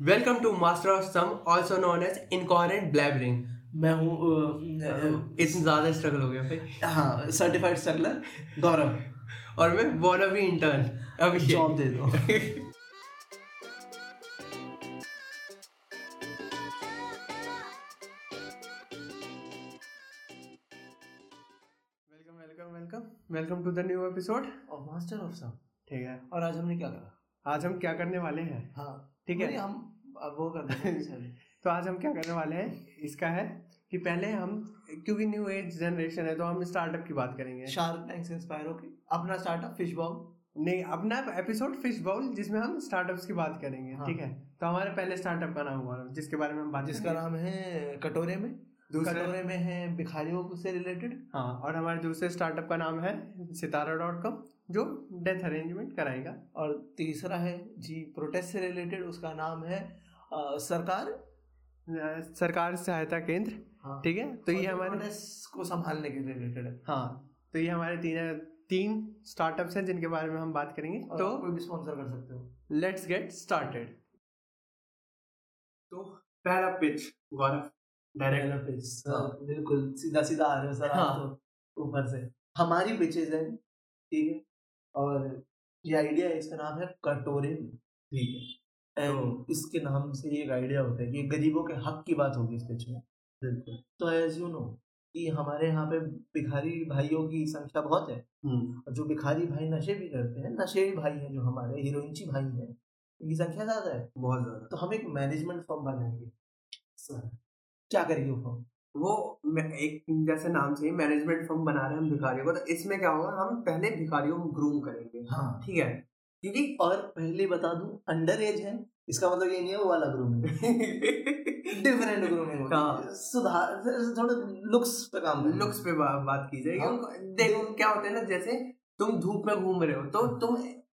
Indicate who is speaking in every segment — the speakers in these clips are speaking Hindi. Speaker 1: Welcome to Master of Sum, also known as Incoherent Blabbering. Uh,
Speaker 2: मैं हूँ अ, अ,
Speaker 1: इतना ज़्यादा स्ट्रगल हो गया भाई
Speaker 2: हाँ सर्टिफाइड स्ट्रगलर गौरव
Speaker 1: और मैं वॉन भी इंटर्न
Speaker 2: जॉब दे दो
Speaker 1: welcome welcome welcome welcome to the new episode
Speaker 2: और मास्टर ऑफ सम
Speaker 1: ठीक है
Speaker 2: और आज हमने क्या करा
Speaker 1: आज हम क्या करने वाले हैं
Speaker 2: हाँ
Speaker 1: ठीक है।
Speaker 2: अरे हम अब वो कर देंगे sorry।
Speaker 1: तो आज हम क्या करने वाले हैं इसका है कि पहले हम क्योंकि न्यू एज जनरेशन है तो हम स्टार्टअप की बात करेंगे
Speaker 2: शार्क टैंक से इंस्पायर होके अपना स्टार्टअप फिश बॉम्ब
Speaker 1: नहीं अपना एपिसोड फिश बाउल जिसमें हम स्टार्टअप्स की बात करेंगे
Speaker 2: हाँ।
Speaker 1: ठीक है तो हमारे पहले स्टार्टअप का नाम हुआ जिसके बारे में हम बात
Speaker 2: जिसका
Speaker 1: करेंगे।
Speaker 2: नाम है कटोरे में
Speaker 1: दूसरा
Speaker 2: कटोरे में है भिखारियों से रिलेटेड
Speaker 1: हाँ और हमारे दूसरे स्टार्टअप का नाम है सितारा डॉट कॉम जो डेथ अरेंजमेंट कराएगा
Speaker 2: और तीसरा है जी प्रोटेस्ट से रिलेटेड उसका नाम है अ, सरकार
Speaker 1: अ, सरकार सहायता केंद्र
Speaker 2: हाँ।
Speaker 1: ठीक है तो ये
Speaker 2: और
Speaker 1: हमारे
Speaker 2: प्रोटेस्ट को संभालने के रिलेटेड है
Speaker 1: हाँ तो ये हमारे तीन तीन स्टार्टअप्स हैं जिनके बारे में हम बात करेंगे
Speaker 2: और
Speaker 1: तो
Speaker 2: आप कोई भी स्पॉन्सर कर सकते हो
Speaker 1: लेट्स गेट स्टार्टेड तो पहला पिच गौरव डायरेक्ट
Speaker 2: हाँ, बिल्कुल सीधा सीधा आ रहे हो सर आप
Speaker 1: हाँ।
Speaker 2: तो ऊपर से हमारी पिचेज है ठीक है और ये आइडिया है इसका नाम है कटोरे में ठीक है
Speaker 1: तो-
Speaker 2: एंड इसके नाम से ये एक आइडिया होता है कि गरीबों के हक की बात होगी इस पिच में बिल्कुल तो एज यू नो कि हमारे यहाँ पे भिखारी भाइयों की संख्या बहुत है
Speaker 1: हम्म,
Speaker 2: और जो भिखारी भाई नशे भी करते हैं नशेड़ी भाई हैं जो हमारे हीरोइंची भाई हैं इनकी संख्या ज़्यादा है
Speaker 1: बहुत ज़्यादा
Speaker 2: तो हम एक मैनेजमेंट फॉर्म बनाएंगे सर क्या करेंगे वो फॉर्म
Speaker 1: वो मैं- एक जैसे नाम से ही मैनेजमेंट फर्म बना रहे हैं हम भिखारियों को तो इसमें क्या होगा हम पहले भिखारियों को ग्रूम करेंगे
Speaker 2: हाँ
Speaker 1: ठीक है क्योंकि
Speaker 2: और पहले बता दूं अंडर एज है इसका मतलब ये नहीं है वो वाला ग्रूमिंग डिफरेंट ग्रूमिंग
Speaker 1: हाँ।
Speaker 2: सुधार थोड़ा लुक्स पे काम करना।
Speaker 1: लुक्स पे बा, बात की जाएगी
Speaker 2: हाँ।
Speaker 1: उनको- देखो क्या होता है ना जैसे तुम धूप में घूम रहे हो तो तुम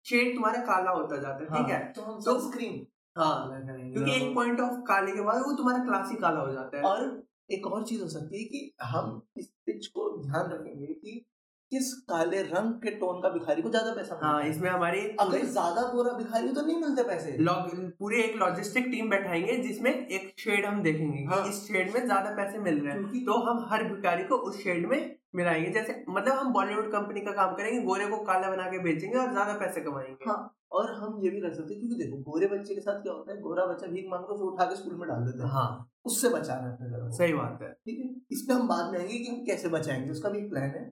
Speaker 1: शेड तुम्हारा काला होता जाता है
Speaker 2: हाँ,
Speaker 1: ठीक है
Speaker 2: तो हम
Speaker 1: तो-
Speaker 2: सनस्क्रीन
Speaker 1: हाँ क्योंकि एक पॉइंट ऑफ काले के बाद वो तुम्हारा क्लास ही काला हो जाता है
Speaker 2: और एक और चीज हो सकती है कि हम इस पिच को ध्यान रखेंगे कि किस काले रंग के टोन का भिखारी को ज्यादा पैसा मिलता
Speaker 1: हाँ
Speaker 2: है।
Speaker 1: इसमें हमारी
Speaker 2: अगर ज्यादा गोरा भिखारी हो तो नहीं मिलते पैसे
Speaker 1: लॉग- पूरी एक लॉजिस्टिक टीम बैठाएंगे जिसमें एक शेड हम देखेंगे कि
Speaker 2: हाँ।
Speaker 1: इस शेड में ज्यादा पैसे मिल रहे हैं
Speaker 2: क्योंकि
Speaker 1: तो हम हर भिखारी को उस शेड में मिलाएंगे जैसे मतलब हम बॉलीवुड कंपनी का काम करेंगे गोरे को काला बना के बेचेंगे और ज्यादा पैसे कमाएंगे
Speaker 2: हाँ। और हम ये भी कर सकते हैं क्योंकि देखो गोरे बच्चे के साथ क्या होता है गोरा बच्चा भीख मांग के उसे उठा के स्कूल में डाल देता है
Speaker 1: हाँ
Speaker 2: उससे बचाना है अपने लोगों को।
Speaker 1: सही बात है
Speaker 2: ठीक है इस पे हम बाद में आएंगे कि हम कैसे बचाएंगे उसका भी एक प्लान है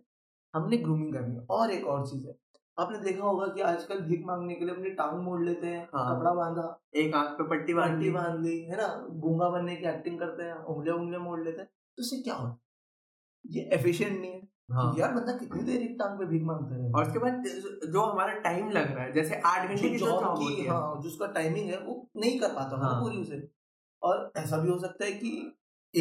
Speaker 2: हमने ग्रूमिंग करनी है और एक और चीज है आपने देखा होगा कि आजकल भीख मांगने के लिए अपनी टांग मोड़ लेते हैं
Speaker 1: हाँ।
Speaker 2: कपड़ा बांधा
Speaker 1: एक आंख पे पट्टी बांध
Speaker 2: बाल्टी
Speaker 1: ली।
Speaker 2: बांध ली है ना गूंगा बनने की एक्टिंग करते हैं उंगले उंगले मोड़ लेते हैं तो इससे क्या होता है ये एफिशिएंट नहीं है
Speaker 1: हाँ
Speaker 2: यार बंदा कितनी देर एक टांग पे भीख मांगता है तो
Speaker 1: और उसके बाद जो हमारा टाइम लग रहा है जैसे आठ घंटे की
Speaker 2: जो
Speaker 1: जो
Speaker 2: जॉब
Speaker 1: जॉब होती
Speaker 2: की
Speaker 1: है
Speaker 2: हाँ जिसका टाइमिंग है वो नहीं कर पाता
Speaker 1: हाँ।
Speaker 2: हाँ। पूरी उसे और ऐसा भी हो सकता है कि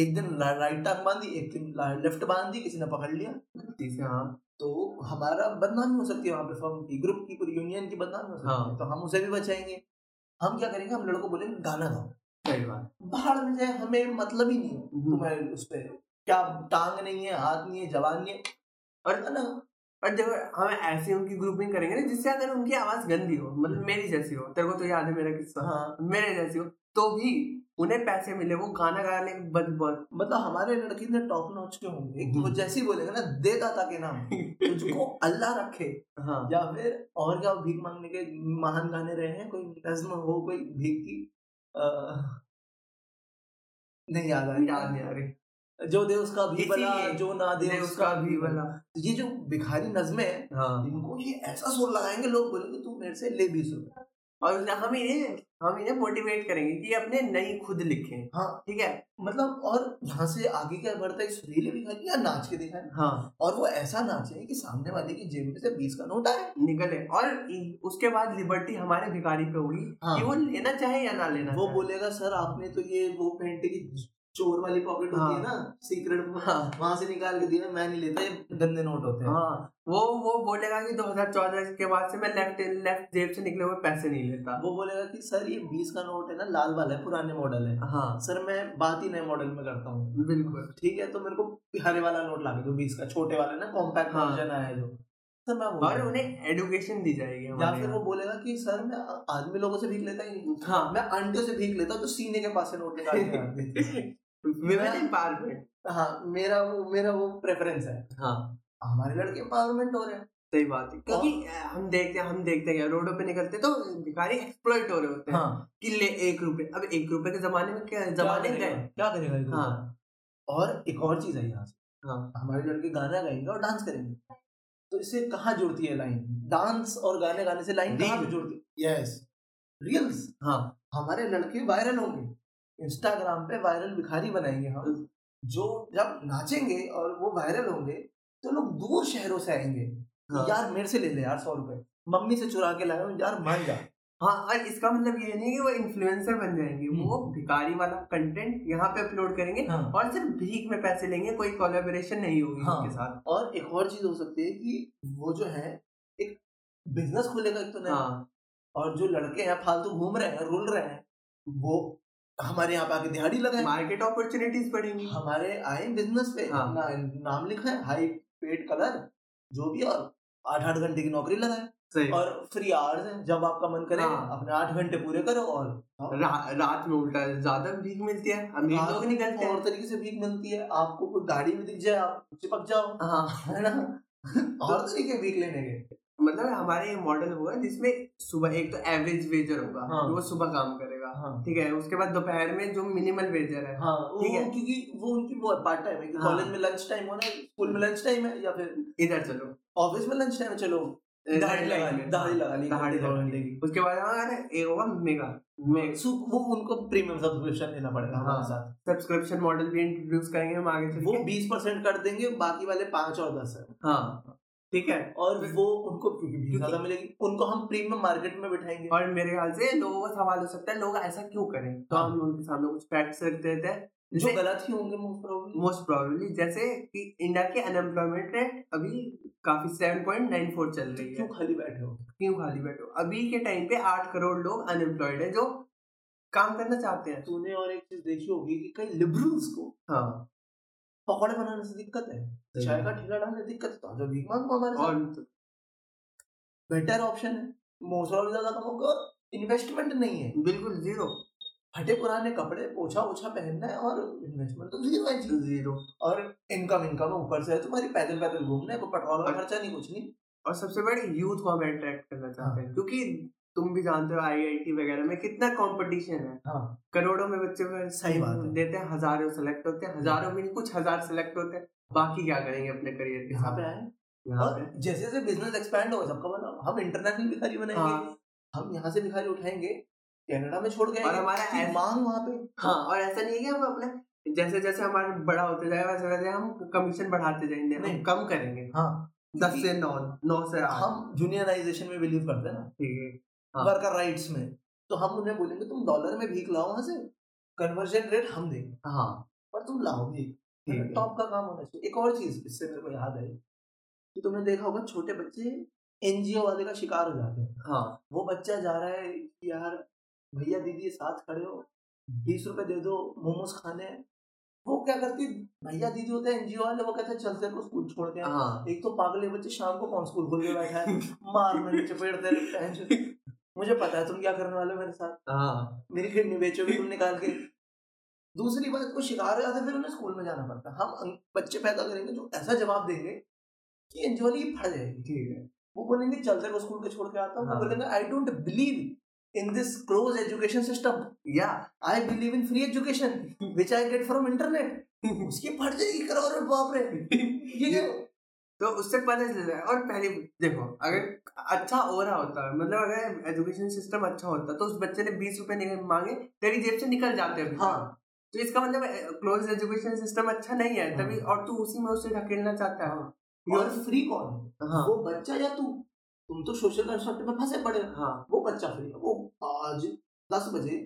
Speaker 2: एक दिन रा- राइट टांग बांधी एक दिन ला- लेफ्ट बांधी किसी ने पकड़ लिया
Speaker 1: गलती से, हाँ
Speaker 2: तो हमारा बदनामी हो सकती है वहाँ पे फर्म की ग्रुप की पूरी यूनियन की बदनामी हो सकती
Speaker 1: हाँ।
Speaker 2: है तो हम उसे भी बचाएंगे हम क्या करेंगे हम लड़कों को बोलेंगे गाना गाओ
Speaker 1: सही बात
Speaker 2: बाहर में जाए हमें मतलब ही नहीं है तुम्हारे उस पर क्या टांग नहीं है हाथ नहीं है जवान नहीं है
Speaker 1: और
Speaker 2: है ना
Speaker 1: और जब हम ऐसे उनकी ग्रुपिंग करेंगे ना जिससे अगर उनकी आवाज गंदी हो मतलब मेरी जैसी हो तेरे को तो याद है मेरा किस्सा
Speaker 2: हम्म। हाँ
Speaker 1: मेरे जैसी हो तो भी उन्हें पैसे मिले वो गाना गाने के बंद बहुत
Speaker 2: मतलब हमारे लड़के ने टॉप नॉच के होंगे कि वो
Speaker 1: हम्म।
Speaker 2: जैसे ही बोलेगा ना दे दाता के नाम तुझको अल्लाह रखे
Speaker 1: हाँ
Speaker 2: या फिर और क्या भीख मांगने के महान गाने रहे हैं कोई नज्म हो कोई भीख की आ, नहीं याद आ रही
Speaker 1: याद नहीं आ रही
Speaker 2: जो दे उसका भी
Speaker 1: इसीलिए
Speaker 2: भला जो ना दे
Speaker 1: दे उसका भी भला
Speaker 2: ये जो भिखारी नज्मे हैं
Speaker 1: हाँ
Speaker 2: इनको ये ऐसा सुर लगाएंगे लोग बोलेंगे तू मेरे से ले भी सुन
Speaker 1: और उन्हें- हम इन्हें हम इन्हें मोटिवेट करेंगे कि ये अपने नई खुद लिखें
Speaker 2: हाँ
Speaker 1: ठीक है
Speaker 2: मतलब और यहाँ से आगे क्या बढ़ता है सुरीले भिखारी या नाच के दिखाए
Speaker 1: हाँ
Speaker 2: और वो ऐसा नाचे कि सामने वाले की जेब में से बीस का नोट आए
Speaker 1: निकले और इ- उसके बाद लिबर्टी हमारे भिखारी पे होगी
Speaker 2: हाँ।
Speaker 1: कि वो लेना चाहे या ना लेना
Speaker 2: वो
Speaker 1: चाहे।
Speaker 2: बोलेगा सर आपने तो ये वो पेंट की चोर वाली पॉकेट होती है ना सीक्रेट
Speaker 1: हाँ
Speaker 2: वहां से निकाल के दिया मैं नहीं लेता ये गंदे नोट होते हैं
Speaker 1: हाँ वो वो बोलेगा कि 2014 के बाद से मैं लेफ्ट लेफ्ट जेब से निकले हुए पैसे नहीं लेता
Speaker 2: वो बोलेगा कि सर ये बीस का नोट है ना लाल वाला है पुराने मॉडल है
Speaker 1: हाँ
Speaker 2: सर मैं बात ही नए मॉडल में करता हूँ
Speaker 1: बिल्कुल
Speaker 2: ठीक है तो मेरे को हरे वाला नोट ला के दो बीस का छोटे वाला ना कॉम्पैक्ट
Speaker 1: हाँ।
Speaker 2: वर्जन आया है जो सर मैं बोल
Speaker 1: और
Speaker 2: रहा हूँ।
Speaker 1: उन्हें हाँ। एडुकेशन दी जाएगी
Speaker 2: या
Speaker 1: हमारे
Speaker 2: फिर वो
Speaker 1: यहाँ।
Speaker 2: बोलेगा कि सर मैं आदमी लोगों से भीख लेता ही नहीं
Speaker 1: हाँ
Speaker 2: मैं आंटियों से भीख लेता हूँ जो सीने के पास से नोट निकाल के आती है।
Speaker 1: विमेन एम्पावरमेंट
Speaker 2: हाँ मेरा वो मेरा वो प्रेफरेंस है
Speaker 1: हाँ
Speaker 2: हमारे लड़के एम्पावरमेंट हो रहे हैं
Speaker 1: सही बात है क्योंकि अ, हम देखते हैं हम देखते हैं रोडों पे निकलते तो भिखारी एक्सप्लॉइट हो रहे होते हैं
Speaker 2: हाँ
Speaker 1: कि ले एक रुपए अब एक रुपए के जमाने में क्या जमाने
Speaker 2: क्या
Speaker 1: गए
Speaker 2: करेगा? क्या करेगा ये
Speaker 1: हाँ।
Speaker 2: लोग? और एक और चीज है यहाँ से
Speaker 1: हाँ
Speaker 2: हमारे लड़के गाना गाएंगे और डांस करेंगे तो इससे कहाँ जुड़ती है लाइन डांस और गाने गाने से लाइन कहाँ
Speaker 1: Reel।
Speaker 2: पे जुड़ती है यस रील्स
Speaker 1: हाँ
Speaker 2: हमारे लड़के वायरल होंगे इंस्टाग्राम पे वायरल भिखारी बनाएंगे हम जो जब नाचेंगे और वो वायरल होंगे तो लोग दूर शहरों से आएंगे
Speaker 1: हाँ।
Speaker 2: यार मेरे से ले ले यार सौ रुपए मम्मी से चुरा के लाया हूं, यार मान जा
Speaker 1: हाँ और इसका मतलब ये नहीं कि वो इन्फ्लुएंसर बन जाएंगे
Speaker 2: हम्म।
Speaker 1: वो भिखारी वाला कंटेंट यहाँ पे अपलोड करेंगे
Speaker 2: हाँ।
Speaker 1: और सिर्फ भीख में पैसे लेंगे कोई कोलेबोरेशन नहीं होगी
Speaker 2: हाँ।
Speaker 1: उनके साथ
Speaker 2: और एक और चीज हो सकती है कि वो जो है एक बिजनेस खोलेगा एक तो नया
Speaker 1: हाँ
Speaker 2: और जो लड़के हैं फालतू घूम रहे हैं रुल रहे हैं वो हमारे यहाँ पे आके दिहाड़ी लगाए
Speaker 1: मार्केट अपॉर्चुनिटीज हाँ, बढ़ेंगी
Speaker 2: हमारे आए बिजनेस पे
Speaker 1: हाँ।
Speaker 2: ना, नाम लिखा है हाई पेड कलर जो भी है, और आठ आठ घंटे की नौकरी लगाए
Speaker 1: सही
Speaker 2: और फ्री आवर्स हैं जब आपका मन करे
Speaker 1: हाँ।
Speaker 2: अपने आठ घंटे पूरे करो और हाँ,
Speaker 1: रा, रात में उल्टा ज्यादा भीख मिलती है अमीर
Speaker 2: रात
Speaker 1: लोग निकलते
Speaker 2: और
Speaker 1: हैं
Speaker 2: तरीके से भीख मिलती है आपको कोई गाड़ी भी दिख जाए आप चिपक जाओ
Speaker 1: हाँ
Speaker 2: है ना और तरीके भीख लेने के
Speaker 1: मतलब हमारे ये मॉडल होगा जिसमें सुबह एक तो एवरेज वेजर होगा
Speaker 2: हाँ।
Speaker 1: जो सुबह काम करेगा
Speaker 2: हाँ
Speaker 1: ठीक है उसके बाद दोपहर में जो मिनिमल वेजर है
Speaker 2: हाँ वो-
Speaker 1: ठीक है।
Speaker 2: वो क्योंकि वो उनकी वो पार्ट टाइम है कि
Speaker 1: हाँ।
Speaker 2: कॉलेज में लंच टाइम होना है स्कूल में लंच टाइम है या फिर
Speaker 1: इधर चलो
Speaker 2: ऑफिस में लंच टाइम है चलो
Speaker 1: ए,
Speaker 2: दाढ़ी लगा
Speaker 1: लाइन
Speaker 2: ली
Speaker 1: में।
Speaker 2: दाढ़ी लगा ली
Speaker 1: हाँ, दाढ़ी
Speaker 2: दो
Speaker 1: लगा
Speaker 2: घंटे की
Speaker 1: उसके बाद हमारा एक होगा मेगा मेगा
Speaker 2: सो वो उनको प्रीमियम सब्सक्रिप्शन लेना पड़ेगा हमारे
Speaker 1: हाँ।
Speaker 2: साथ
Speaker 1: सब्सक्रिप्शन मॉडल भी इंट्रोड्यूस करेंगे हम आगे चल
Speaker 2: वो
Speaker 1: के
Speaker 2: बीस परसेंट कर देंगे बाकी वाले पांच और दस है
Speaker 1: हाँ ठीक है
Speaker 2: और वो उनको क्योंकि भीड़
Speaker 1: क्योंकि-
Speaker 2: ज्यादा मिलेगी उनको हम प्रीमियम मार्केट में बिठाएंगे
Speaker 1: और मेरे ख्याल से लोगों का सवाल हो सकता है लोग ऐसा क्यों करें तो
Speaker 2: हाँ।
Speaker 1: हम उनके सामने कुछ फैक्ट्स रख देते हैं
Speaker 2: जो
Speaker 1: जैसे
Speaker 2: गलत ही होंगे मोस्ट प्रोबेबली
Speaker 1: मोस्ट प्रोबेबली जैसे कि इंडिया की अनएम्प्लॉयमेंट रेट अभी काफी 7.94 चल रही है
Speaker 2: तो क्यों खाली बैठे हो
Speaker 1: क्यों खाली बैठो अभी के टाइम पे आठ करोड़ लोग अनएम्प्लॉयड है जो काम करना चाहते हैं
Speaker 2: तूने और एक चीज देखी होगी कि कई लिबरल्स को
Speaker 1: हाँ
Speaker 2: पकौड़े बनाने से दिक्कत है
Speaker 1: सही
Speaker 2: चाय
Speaker 1: है।
Speaker 2: का ठेला डालने से दिक्कत है तो आप जो भीख मांगो हमारे साथ
Speaker 1: और
Speaker 2: बेटर ऑप्शन है मोसरा भी ज्यादा कमाओगे और इन्वेस्टमेंट नहीं है
Speaker 1: बिल्कुल जीरो
Speaker 2: फटे पुराने कपड़े पोछा ओछा पहनना है और इन्वेस्टमेंट तो जीरो है जी
Speaker 1: जीरो
Speaker 2: और इनकम इनकम ऊपर से है तुम्हारी पैदल पैदल घूमना है कोई पेट्रोल का खर्चा नहीं कुछ नहीं
Speaker 1: और सबसे बड़े यूथ को हम अट्रैक्ट करना चाहते हैं
Speaker 2: हाँ।
Speaker 1: क्योंकि तुम भी जानते हो आईआईटी वगैरह में कितना कंपटीशन है
Speaker 2: हाँ
Speaker 1: करोड़ों में बच्चे में
Speaker 2: सही बात है।
Speaker 1: देते हैं हजारों सेलेक्ट होते हैं हजारों में नहीं, कुछ हजार सेलेक्ट होते हैं बाकी क्या करेंगे अपने करियर के
Speaker 2: यहाँ
Speaker 1: साथ
Speaker 2: पे आए
Speaker 1: यहाँ
Speaker 2: हाँ। और
Speaker 1: पे
Speaker 2: जैसे जैसे बिजनेस एक्सपैंड होगा सबका बना हम इंटरनेशनल भिखारी बनाएंगे
Speaker 1: हाँ।
Speaker 2: हम यहाँ से भिखारी उठाएंगे कनाडा में छोड़ गए
Speaker 1: और हमारा ऐस-
Speaker 2: मांग वहाँ पे
Speaker 1: हाँ और ऐसा नहीं है कि हम अपने जैसे जैसे हमारा बड़ा होते जाए वैसे वैसे हम कमीशन बढ़ाते जाएंगे हम
Speaker 2: नहीं।
Speaker 1: कम करेंगे
Speaker 2: हाँ
Speaker 1: दस से नौ नौ से आठ
Speaker 2: हम जूनियराइजेशन में बिलीव करते हैं ना
Speaker 1: ठीक है हाँ।
Speaker 2: वर्कर राइट्स में तो हम उन्हें बोलेंगे तुम डॉलर में भीख लाओ वहां से कन्वर्जन रेट हम देंगे
Speaker 1: हाँ
Speaker 2: पर तुम लाओ भीख
Speaker 1: ठीक है।
Speaker 2: टॉप का काम होना चाहिए एक और चीज इससे मेरे को याद आई कि तुमने देखा होगा छोटे बच्चे एनजीओ वाले का शिकार हो जाते हैं
Speaker 1: हाँ
Speaker 2: वो बच्चा जा रहा है कि यार भैया दीदी साथ खड़े हो बीस रुपए दे दो मोमोज खाने हैं वो क्या करती है भैया दीदी होते हैं एनजीओ वाले वो कहते हैं चल तेरे को स्कूल छोड़ के आए।
Speaker 1: हाँ
Speaker 2: एक तो पागल है बच्चे शाम को कौन स्कूल खोल के बैठा है मारने चपेट दे पहन चुके। मुझे पता है तुम क्या करने वाले हो मेरे साथ
Speaker 1: हाँ
Speaker 2: मेरी किडनी बेचोगे तुम निकाल के दूसरी बात वो शिकार हो जाते हैं, फिर उन्हें स्कूल में जाना पड़ता है हम अं- बच्चे पैदा करेंगे जो ऐसा जवाब देंगे कि एंजॉली फट जाएगी
Speaker 1: ठीक है
Speaker 2: वो बोलेंगे चल तेरे को स्कूल के छोड़ के आता हूँ वो
Speaker 1: हाँ।
Speaker 2: बोलेंगे I don't believe in this close education system
Speaker 1: या
Speaker 2: I believe in free education which I get from internet उसकी फट जाएगी करोड़ में, बाप रे ये क्या
Speaker 1: तो उससे पता चलता है और पहले देखो अगर अच्छा हो रहा होता है मतलब अगर एजुकेशन सिस्टम अच्छा होता तो उस बच्चे ने बीस रुपए नहीं मांगे तेरी जेब से निकल जाते हैं
Speaker 2: हाँ
Speaker 1: तो इसका मतलब क्लोज एजुकेशन सिस्टम अच्छा नहीं है तभी
Speaker 2: हाँ।
Speaker 1: और तू उसी में उसे ढकेलना चाहता है
Speaker 2: और फ्री कौन है
Speaker 1: हाँ
Speaker 2: वो बच्चा या तू तुम तो सोशल कंस्ट्रक्ट में फंसे पड़े हो
Speaker 1: हाँ
Speaker 2: वो बच्चा फ्री है वो आज दस बजे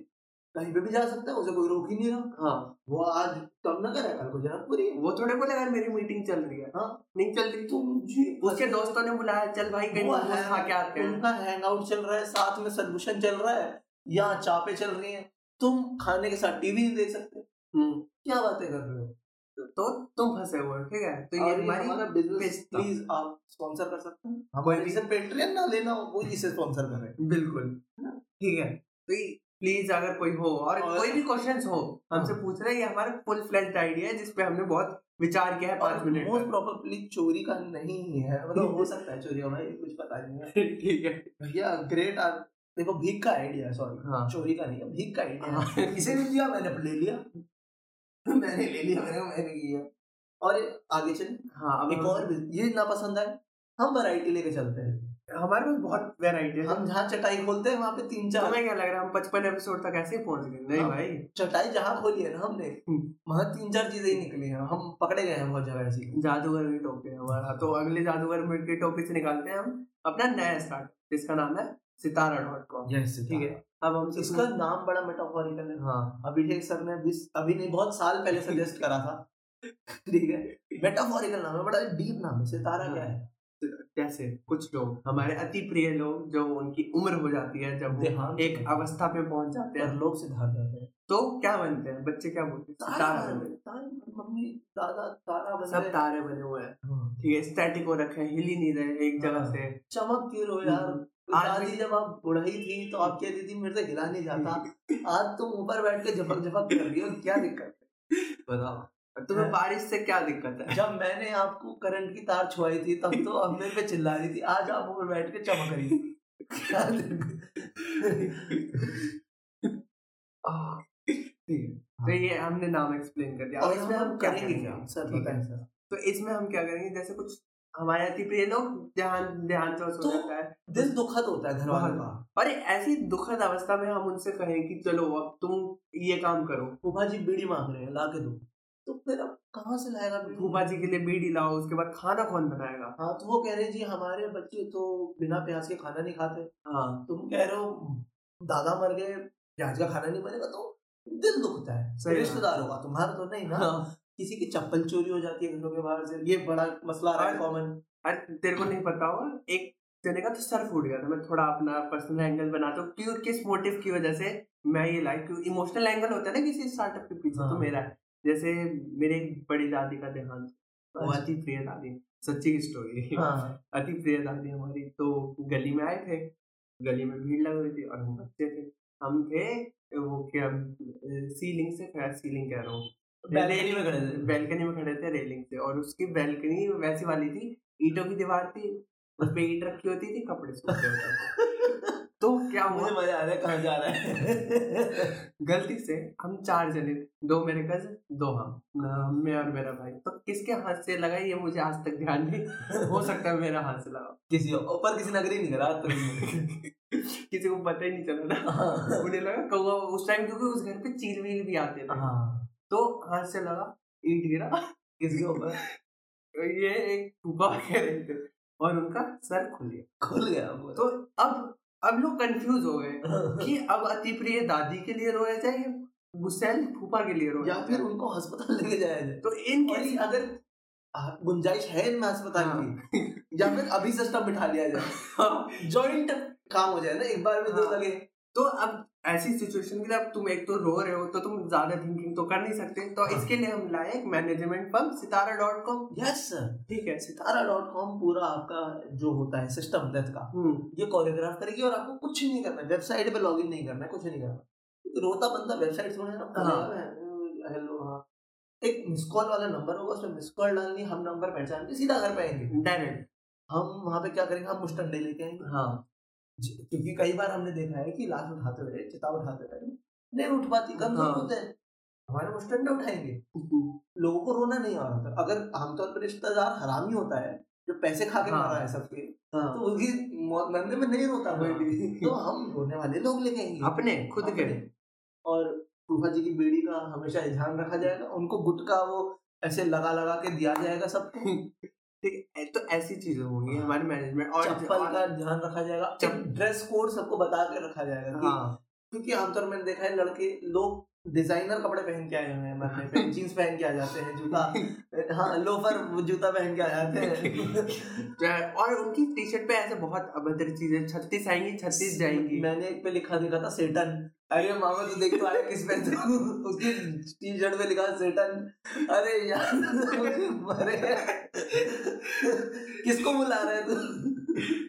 Speaker 2: कहीं पे भी जा सकता है उसे कोई रोक ही नहीं रहा
Speaker 1: हाँ
Speaker 2: वो आज कम ना करे कल को जनकपुरी है
Speaker 1: वो थोड़े बोले यार मेरी मीटिंग चल रही है
Speaker 2: हाँ।
Speaker 1: नहीं चल रही
Speaker 2: तुम जी
Speaker 1: उसके दोस्तों ने बुलाया चल भाई कहीं
Speaker 2: वो
Speaker 1: मोमोज
Speaker 2: है-
Speaker 1: खा के आते हैं
Speaker 2: उनका हैंग आउट चल रहा है साथ में सलूशन चल रहा है यहाँ चापे चल रही हैं तुम खाने के साथ टीवी नहीं देख सकते
Speaker 1: हम्म,
Speaker 2: क्या बातें कर रहे हो
Speaker 1: तो तुम फंसे हुए हो, ठीक है तो ये
Speaker 2: और ये
Speaker 1: हमारी
Speaker 2: हमारा बिजनेस
Speaker 1: पेशकश।
Speaker 2: प्लीज आप स्पॉन्सर कर सकते हैं हमारे
Speaker 1: भी-
Speaker 2: इसे पेट्रियन ना लेना हो वो इसे स्पॉन्सर करे
Speaker 1: बिल्कुल ठीक है तो प्लीज अगर कोई हो और,
Speaker 2: और-
Speaker 1: कोई भी क्वेश्चंस हो हमसे
Speaker 2: हाँ।
Speaker 1: पूछ रहे ये हमारा फुल फ्लैश आइडिया है जिसपे हमने बहुत विचार किया है पांच मिनट
Speaker 2: मोस्ट
Speaker 1: में।
Speaker 2: प्रोबेबली चोरी का नहीं है मतलब हो सकता है चोरी हमारी कुछ पता नहीं है
Speaker 1: ठीक है
Speaker 2: भैया ग्रेट आर देखो भीख का आइडिया है सॉरी
Speaker 1: हाँ
Speaker 2: चोरी का नहीं है भीख का आइडिया
Speaker 1: हाँ।
Speaker 2: है इसे भी लिया मैंने ले लिया मैंने ले लिया मैंने मैंने लिया और आगे चले
Speaker 1: हाँ अब
Speaker 2: एक और
Speaker 1: हम-
Speaker 2: भी- ये ना पसंद आए हम वैरायटी लेके चलते हैं
Speaker 1: हमारे पास बहुत वेराइटी है
Speaker 2: हम जहाँ चटाई खोलते हैं वहां पे तीन चार
Speaker 1: तुम्हें क्या लग रहा है हम पचपन एपिसोड तक ऐसे ही पहुंच गए नहीं
Speaker 2: हाँ।
Speaker 1: भाई
Speaker 2: चटाई जहाँ खोली है ना हमने
Speaker 1: हम्म।
Speaker 2: वहां तीन चार चीजें ही निकली हैं हम पकड़े गए हैं बहुत जगह ऐसी
Speaker 1: जादूगर की टोपी है हमारा तो अगले जादूगर मिनट की टोपी से निकालते हैं हम अपना नया स्टार्ट जिसका नाम है सितारा डॉट कॉम
Speaker 2: यस
Speaker 1: ठीक है अब हम
Speaker 2: इसका नाम बड़ा मेटाफोरिकल है
Speaker 1: हाँ
Speaker 2: अभिषेक सर ने अभी अभी नहीं बहुत साल पहले सजेस्ट करा था ठीक है मेटाफोरिकल नाम है बड़ा डीप नाम है सितारा क्या है
Speaker 1: जैसे कुछ लोग हमारे
Speaker 2: हम्म।
Speaker 1: अति प्रिय लोग जो उनकी उम्र हो जाती है जब वो
Speaker 2: देहांत
Speaker 1: एक अवस्था पे पहुंच जाते
Speaker 2: पर
Speaker 1: हैं
Speaker 2: लोग सिद्धार्थ जाते हैं
Speaker 1: तो क्या बनते हैं बच्चे क्या बोलते हैं
Speaker 2: तारा
Speaker 1: सितारा बनते
Speaker 2: बने, तारा बने, मम्मी दादा तारा
Speaker 1: हैं
Speaker 2: बने
Speaker 1: सब तारे बने हुए हैं
Speaker 2: हाँ।
Speaker 1: ठीक है स्टैटिक हो रखे हैं हिल ही नहीं रहे एक जगह
Speaker 2: हाँ।
Speaker 1: से
Speaker 2: चमक क्यों रहे हो यार
Speaker 1: आज
Speaker 2: दादी जब आप बुढ़ाई थी तो आप कहती थी मेरे से हिला नहीं जाता आज तुम ऊपर बैठ के झपक झपक कर रही हो क्या दिक्कत है बताओ
Speaker 1: तो तुम्हें बारिश से क्या दिक्कत है
Speaker 2: जब मैंने आपको करंट की तार छुआई थी तब तो आप मेरे पे चिल्ला रही थी आज आप ऊपर बैठ के चमक रही हो। क्या दिक्कत?
Speaker 1: आह, ठीक है तो ये हमने नाम एक्सप्लेन कर दिया अब
Speaker 2: हाँ। और इसमें हम
Speaker 1: क्या
Speaker 2: करेंगे क्या सर
Speaker 1: ठीक है
Speaker 2: बताएं सर
Speaker 1: तो इसमें हम क्या करेंगे जैसे कुछ हमारे अति प्रिय लोग ध्यान ध्यान से
Speaker 2: तो-
Speaker 1: हो जाता है
Speaker 2: दिल दुखद होता है घर वालों का
Speaker 1: और ऐसी दुखद अवस्था में हम उनसे कहें कि चलो अब तुम ये काम करो
Speaker 2: फूफा जी बीड़ी मांग रहे हैं ला के दो तो फिर अब कहाँ से लाएगा बीड़ी?
Speaker 1: फूफा जी के लिए बीड़ी लाओ उसके बाद खाना कौन बनाएगा
Speaker 2: हाँ तो वो कह रहे हैं, जी हमारे बच्चे तो बिना प्याज के खाना नहीं खाते
Speaker 1: हाँ
Speaker 2: तुम कह रहे हो दादा मर गए प्याज का खाना नहीं बनेगा तो दिल दुखता
Speaker 1: सही
Speaker 2: है
Speaker 1: बात।
Speaker 2: रिश्तेदार होगा तुम्हारा तो नहीं ना
Speaker 1: हाँ।
Speaker 2: किसी की चप्पल चोरी हो जाती है घरों के बाहर से ये बड़ा मसला रहा है
Speaker 1: और-
Speaker 2: कॉमन
Speaker 1: अरे तेरे को नहीं पता होगा एक जने का तो सर फूट गया था मैं थोड़ा अपना पर्सनल एंगल बनाता हूँ क्यों किस मोटिव की वजह से मैं ये लाइफ क्यों इमोशनल एंगल होता है ना किसी स्टार्टअप के पीछे
Speaker 2: हाँ।
Speaker 1: तो मेरा है जैसे मेरे एक बड़ी दादी का देहांत वो
Speaker 2: अच्छा।
Speaker 1: अति प्रिय दादी सच्ची की स्टोरी है
Speaker 2: हाँ
Speaker 1: अति प्रिय दादी हमारी तो गली में आए थे गली में भीड़ लग रही थी और हम बच्चे थे हम थे वो क्या सीलिंग से खड़ा सीलिंग कह रहा हूँ
Speaker 2: बैलकनी तो में खड़े थे
Speaker 1: बैल्कनी में खड़े थे रेलिंग से और उसकी बैल्कनी वैसी वाली थी ईंटों की दीवार थी उस पे ईंट रखी होती थी कपड़े सूखते होते थे। तो क्या हुआ
Speaker 2: मुझे मजा आ रहा है कहाँ जा रहा है
Speaker 1: गलती से हम चार जने थे। दो मेरे कजन दो हम अ, मैं और मेरा भाई तो किसके हाथ से लगा ये मुझे आज तक ध्यान नहीं हो सकता है मेरा हाथ से लगा
Speaker 2: किसी ऊपर किसी नगरी नहीं करा तो
Speaker 1: किसी को पता ही नहीं चला ना
Speaker 2: हाँ
Speaker 1: मुझे लगा कौवा उस टाइम क्योंकि उस घर पे चील वील भी आते थे
Speaker 2: हाँ
Speaker 1: तो हाथ से लगा ईंट गिरा तो
Speaker 2: किसके ऊपर
Speaker 1: ये एक फूफा कह रहे थे और उनका सर खुल गया
Speaker 2: खुल गया वो।
Speaker 1: तो अब अब लोग कंफ्यूज हो गए कि अब अति प्रिय दादी के लिए रोया जाए या गुस्सैल फूफा के लिए रोया
Speaker 2: या फिर
Speaker 1: जाए
Speaker 2: उनको अस्पताल लेके जाया जाए
Speaker 1: तो इनके
Speaker 2: और
Speaker 1: लिए
Speaker 2: अगर आप- गुंजाइश है इनमें अस्पताल
Speaker 1: हाँ।
Speaker 2: की या फिर अभी सिस्टम बिठा लिया जाए जॉइंट काम हो जाए ना एक बार में दो
Speaker 1: हाँ।
Speaker 2: लगे
Speaker 1: तो अब ऐसी सिचुएशन के लिए अब तुम एक तो रो रहे हो तो तुम ज्यादा थिंकिंग तो कर नहीं सकते तो
Speaker 2: हाँ।
Speaker 1: इसके लिए हम लाए एक management firm Sitara dot com
Speaker 2: yes sir
Speaker 1: ठीक है
Speaker 2: सितारा डॉट कॉम पूरा आपका जो होता है सिस्टम डेथ का
Speaker 1: हम्म
Speaker 2: ये कोरियोग्राफ करेगी और आपको कुछ नहीं करना है वेबसाइट पे लॉगिन नहीं करना है कुछ नहीं करना क्योंकि रोता बंदा वेबसाइट थोड़ा ना खोलेगा
Speaker 1: हाँ।
Speaker 2: ना, हेलो हाँ एक मिस कॉल वाला नंबर होगा उसमें मिस कॉल डालनी हम नंबर पहचान के सीधा घर पे आएंगे
Speaker 1: डायरेक्ट
Speaker 2: हम वहाँ पे क्या करेंगे हम मुस्टंडे लेके आएंगे
Speaker 1: हाँ
Speaker 2: जी, क्योंकि कई बार हमने देखा है कि लाश उठाते हुए चिता उठाते हुए नहीं उठ पाती कमजोर
Speaker 1: हाँ। हम्म।
Speaker 2: होते हैं हमारे मुस्टंडे उठाएंगे लोगों को रोना नहीं आ रहा था अगर आमतौर पर रिश्तेदार हरामी होता है जो पैसे खा के
Speaker 1: हाँ।
Speaker 2: मारा है सबके
Speaker 1: हाँ
Speaker 2: तो उनकी मौत मरने में नहीं रोता कोई
Speaker 1: हाँ।
Speaker 2: भी तो हम रोने वाले लोग लेके आएंगे
Speaker 1: अपने खुद के
Speaker 2: अपने। और फूफा जी की बेड़ी का हमेशा ध्यान रखा जाएगा उनको गुटका वो ऐसे लगा लगा के दिया जाएगा सबको
Speaker 1: ठीक है तो ऐसी चीजें होंगी हमारे मैनेजमेंट और
Speaker 2: हाँ। चप्पल
Speaker 1: और-
Speaker 2: का ध्यान रखा जाएगा
Speaker 1: चप-
Speaker 2: ड्रेस कोड सबको बता के रखा जाएगा कि
Speaker 1: हाँ
Speaker 2: क्योंकि आमतौर में मैंने देखा है लड़के लोग डिजाइनर कपड़े पहन के आए हुए हैं मरने पे जीन्स पहन के आ जाते हैं जूता हाँ लोफर जूता पहन के आ जाते हैं
Speaker 1: और उनकी टी शर्ट पे ऐसे बहुत अभद्र चीजें छत्तीस आएंगी छत्तीस जाएंगी
Speaker 2: मैंने एक पे लिखा देखा था सेटन अरे मामा तो देख तो आया किस पे तो उसकी टी शर्ट पे लिखा सेटन अरे यार अरे किसको बुला रहे तू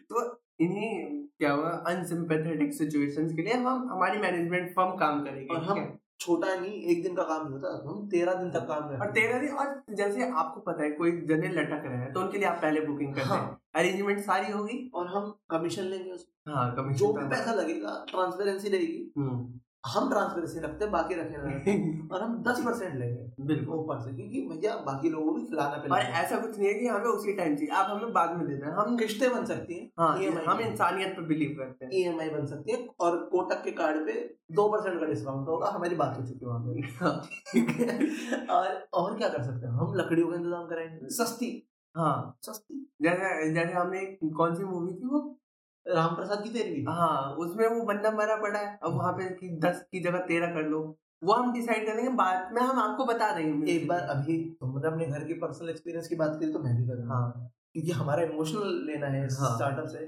Speaker 1: तो इन्हीं क्या हुआ अनसिम्पेथेटिक सिचुएशंस के लिए हम हमारी मैनेजमेंट फर्म काम करेगी
Speaker 2: और हम छोटा नहीं एक दिन का काम नहीं होता हम तेरह दिन तक काम
Speaker 1: और तेरह दिन और जैसे आपको पता है कोई जने लटक रहे हैं तो उनके लिए आप पहले बुकिंग करते
Speaker 2: हाँ।
Speaker 1: हैं अरेंजमेंट सारी होगी
Speaker 2: और हम कमीशन लेंगे उसमें
Speaker 1: हाँ कमीशन
Speaker 2: जो भी पैसा लगेगा ट्रांसपेरेंसी रहेगी हम ट्रांसपेरेंसी रखते हैं बाकी रखे
Speaker 1: हम्म।
Speaker 2: ना रखें। और हम दस परसेंट लेंगे
Speaker 1: बिल्कुल
Speaker 2: ऊपर से क्योंकि भैया बाकी लोगों को भी खिलाना
Speaker 1: और
Speaker 2: पिलाना है।
Speaker 1: ऐसा कुछ नहीं है कि हमें उसी टाइम चाहिए आप हमें बाद में देना है हम
Speaker 2: किश्तें बन सकती हैं E
Speaker 1: हाँ
Speaker 2: EMI
Speaker 1: हम इंसानियत पर बिलीव करते हैं
Speaker 2: ई एम आई बन सकती है और कोटक के कार्ड पे दो परसेंट का डिस्काउंट होगा हमारी बात हो चुकी है वहाँ पे
Speaker 1: हाँ।
Speaker 2: ठीक है और और क्या कर सकते हैं हम लकड़ियों का इंतजाम कराएंगे सस्ती
Speaker 1: हाँ
Speaker 2: सस्ती
Speaker 1: जैसे जैसे हमने एक- कौन सी मूवी थी वो
Speaker 2: राम प्रसाद की तेरवी
Speaker 1: हाँ उसमें वो बंदा मरा पड़ा है अब वहां पे कि दस की जगह तेरह कर लो वो हम डिसाइड करेंगे बाद में हम आपको बता देंगे
Speaker 2: एक बार अभी तुमने अपने घर के पर्सनल एक्सपीरियंस की बात करी तो मैं भी कर रहा
Speaker 1: हाँ
Speaker 2: क्योंकि हमारा इमोशनल लेना है
Speaker 1: हाँ।
Speaker 2: स्टार्टअप से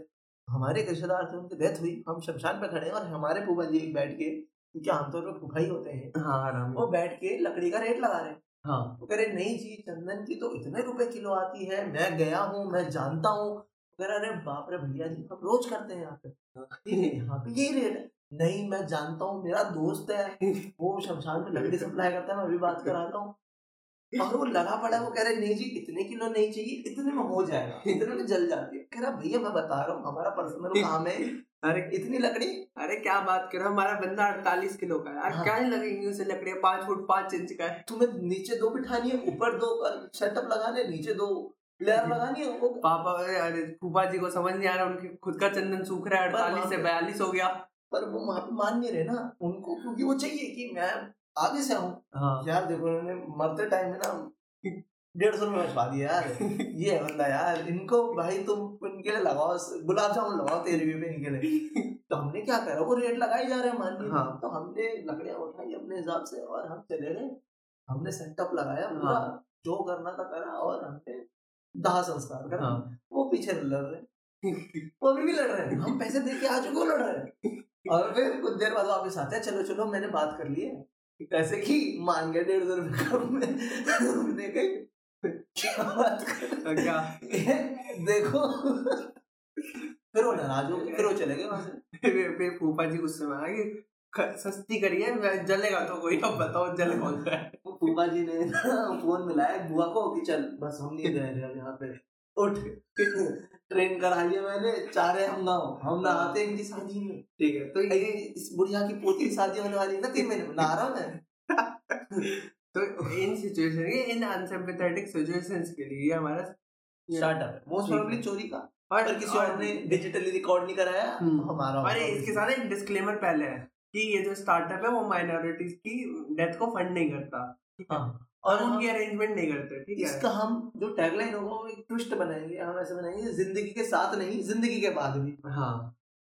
Speaker 2: हमारे एक रिश्तेदार थे उनकी डेथ हुई हम शमशान पे खड़े हैं और हमारे फूफा जी एक बैठ के क्योंकि आमतौर पर फूफा ही होते हैं
Speaker 1: हाँ आराम
Speaker 2: वो बैठ के लकड़ी का रेट लगा रहे हैं
Speaker 1: हाँ
Speaker 2: वो कह रहे नहीं जी चंदन की तो इतने रुपए किलो आती है मैं गया हूँ मैं जानता हूँ कह रहा अरे बाप रे भैया जी हम रोज करते हैं यहाँ पे ठीक है यहाँ पे ये रेट है नहीं मैं जानता हूँ मेरा दोस्त है वो शमशान में लकड़ी सप्लाई करता है मैं अभी बात कराता हूँ और वो लगा पड़ा है, वो कह रहे नहीं जी इतने किलो नहीं चाहिए इतने में हो जाएगा इतने में जल जाती है कह रहा भैया मैं बता रहा हूँ हमारा पर्सनल काम है
Speaker 1: अरे
Speaker 2: इतनी लकड़ी
Speaker 1: अरे क्या बात कर रहा है, हमारा बंदा अड़तालीस किलो का है
Speaker 2: हाँ।
Speaker 1: और क्या ही लगेंगी उसे लकड़ियाँ पाँच फुट पाँच इंच का है
Speaker 2: तुम्हें नीचे दो बिठानी है ऊपर दो सेटअप लगाने नीचे दो लेयर लगानी है वो
Speaker 1: पापा अरे फूफा जी को समझ नहीं आ रहा उनके खुद का चंदन सूख रहा है
Speaker 2: पर
Speaker 1: अड़तालीस से
Speaker 2: वहाँ पे-
Speaker 1: बयालीस हो गया
Speaker 2: पर वो वहां पे मान नहीं रहे ना उनको क्योंकि वो चाहिए कि मैं आगे से आऊं
Speaker 1: हाँ
Speaker 2: यार देखो इन्होंने मरते टाइम में ना डेढ़ सौ रुपये बचवा दिया यार ये है बंदा यार इनको भाई तुम इनके लिए लगाओ गुलाब जामुन लगाओ तेरे भी पे इनके लिए तो हमने क्या करा वो रेट लगाए जा रहे हैं मान लीजिए
Speaker 1: हाँ।
Speaker 2: तो हमने लकड़ियां उठाई अपने हिसाब से और हम चले गए हमने सेटअप लगाया
Speaker 1: हाँ।
Speaker 2: पूरा जो करना था करा और हमने दाह संस्कार करा
Speaker 1: हाँ
Speaker 2: वो पीछे लड़ रहे हैं वो अभी भी लड़ रहे हैं हम पैसे दे के आ चुके हैं, वो लड़ रहे हैं और फिर कुछ देर बाद वापस आते हैं चलो चलो मैंने बात कर ली है पैसे की मान गए डेढ़ सौ रुपये कम में हमने कही क्या बात कर
Speaker 1: और तो क्या
Speaker 2: ये देखो फिर वो नाराज हो गए फिर वो चले गए वहां से
Speaker 1: फिर फिर फूफा जी गुस्से में आए कि ख- सस्ती करिए मैं- जलेगा तो कोई अब बताओ जल कौन सा है
Speaker 2: वो फूफा जी ने फोन मिलाया बुआ को कि चल बस हम नहीं रह रहे अब यहाँ पे उठ ट्रेन कराई है मैंने चाह रहे हम ना हो हम ना आते इनकी शादी में
Speaker 1: ठीक है तो
Speaker 2: अरे,
Speaker 1: ये
Speaker 2: इस बुढ़िया की पोती की शादी होने वाली है ना तीन महीने में नहा रहा हूं मैं
Speaker 1: तो इन सिचुएशन के इन अनसिम्पेथेटिक सिचुएशंस के लिए ये हमारा
Speaker 2: स्टार्टअप है मोस्ट
Speaker 1: ठीक
Speaker 2: प्रोबेबली
Speaker 1: है।
Speaker 2: चोरी का
Speaker 1: और
Speaker 2: अगर किसी और ने डिजिटली रिकॉर्ड नहीं कराया
Speaker 1: हम्म।
Speaker 2: तो हमारा
Speaker 1: और इसके साथ एक डिस्क्लेमर पहले है कि ये जो स्टार्टअप है वो माइनॉरिटीज की डेथ को फंड नहीं करता
Speaker 2: साथ
Speaker 1: और
Speaker 2: और
Speaker 1: उनकी
Speaker 2: हम-
Speaker 1: अरेंजमेंट नहीं करते ठीक है
Speaker 2: हाँ। इसका हम जो टैगलाइन होगा वो एक ट्विस्ट बनाएंगे हम ऐसे बनाएंगे जिंदगी के साथ नहीं जिंदगी के बाद भी
Speaker 1: हाँ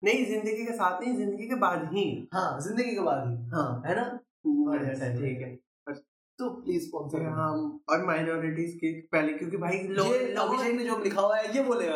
Speaker 1: नहीं जिंदगी के साथ नहीं जिंदगी के बाद ही
Speaker 2: हाँ जिंदगी के बाद भी
Speaker 1: हाँ
Speaker 2: है ना बढ़िया टाइम
Speaker 1: अच्छा, ठीक है
Speaker 2: तो प्लीज स्पॉन्सर
Speaker 1: हाँ और माइनॉरिटीज की पहले क्योंकि भाई लोग
Speaker 2: ये अभिषेक ने जो लिखा हुआ है ये बोलेगा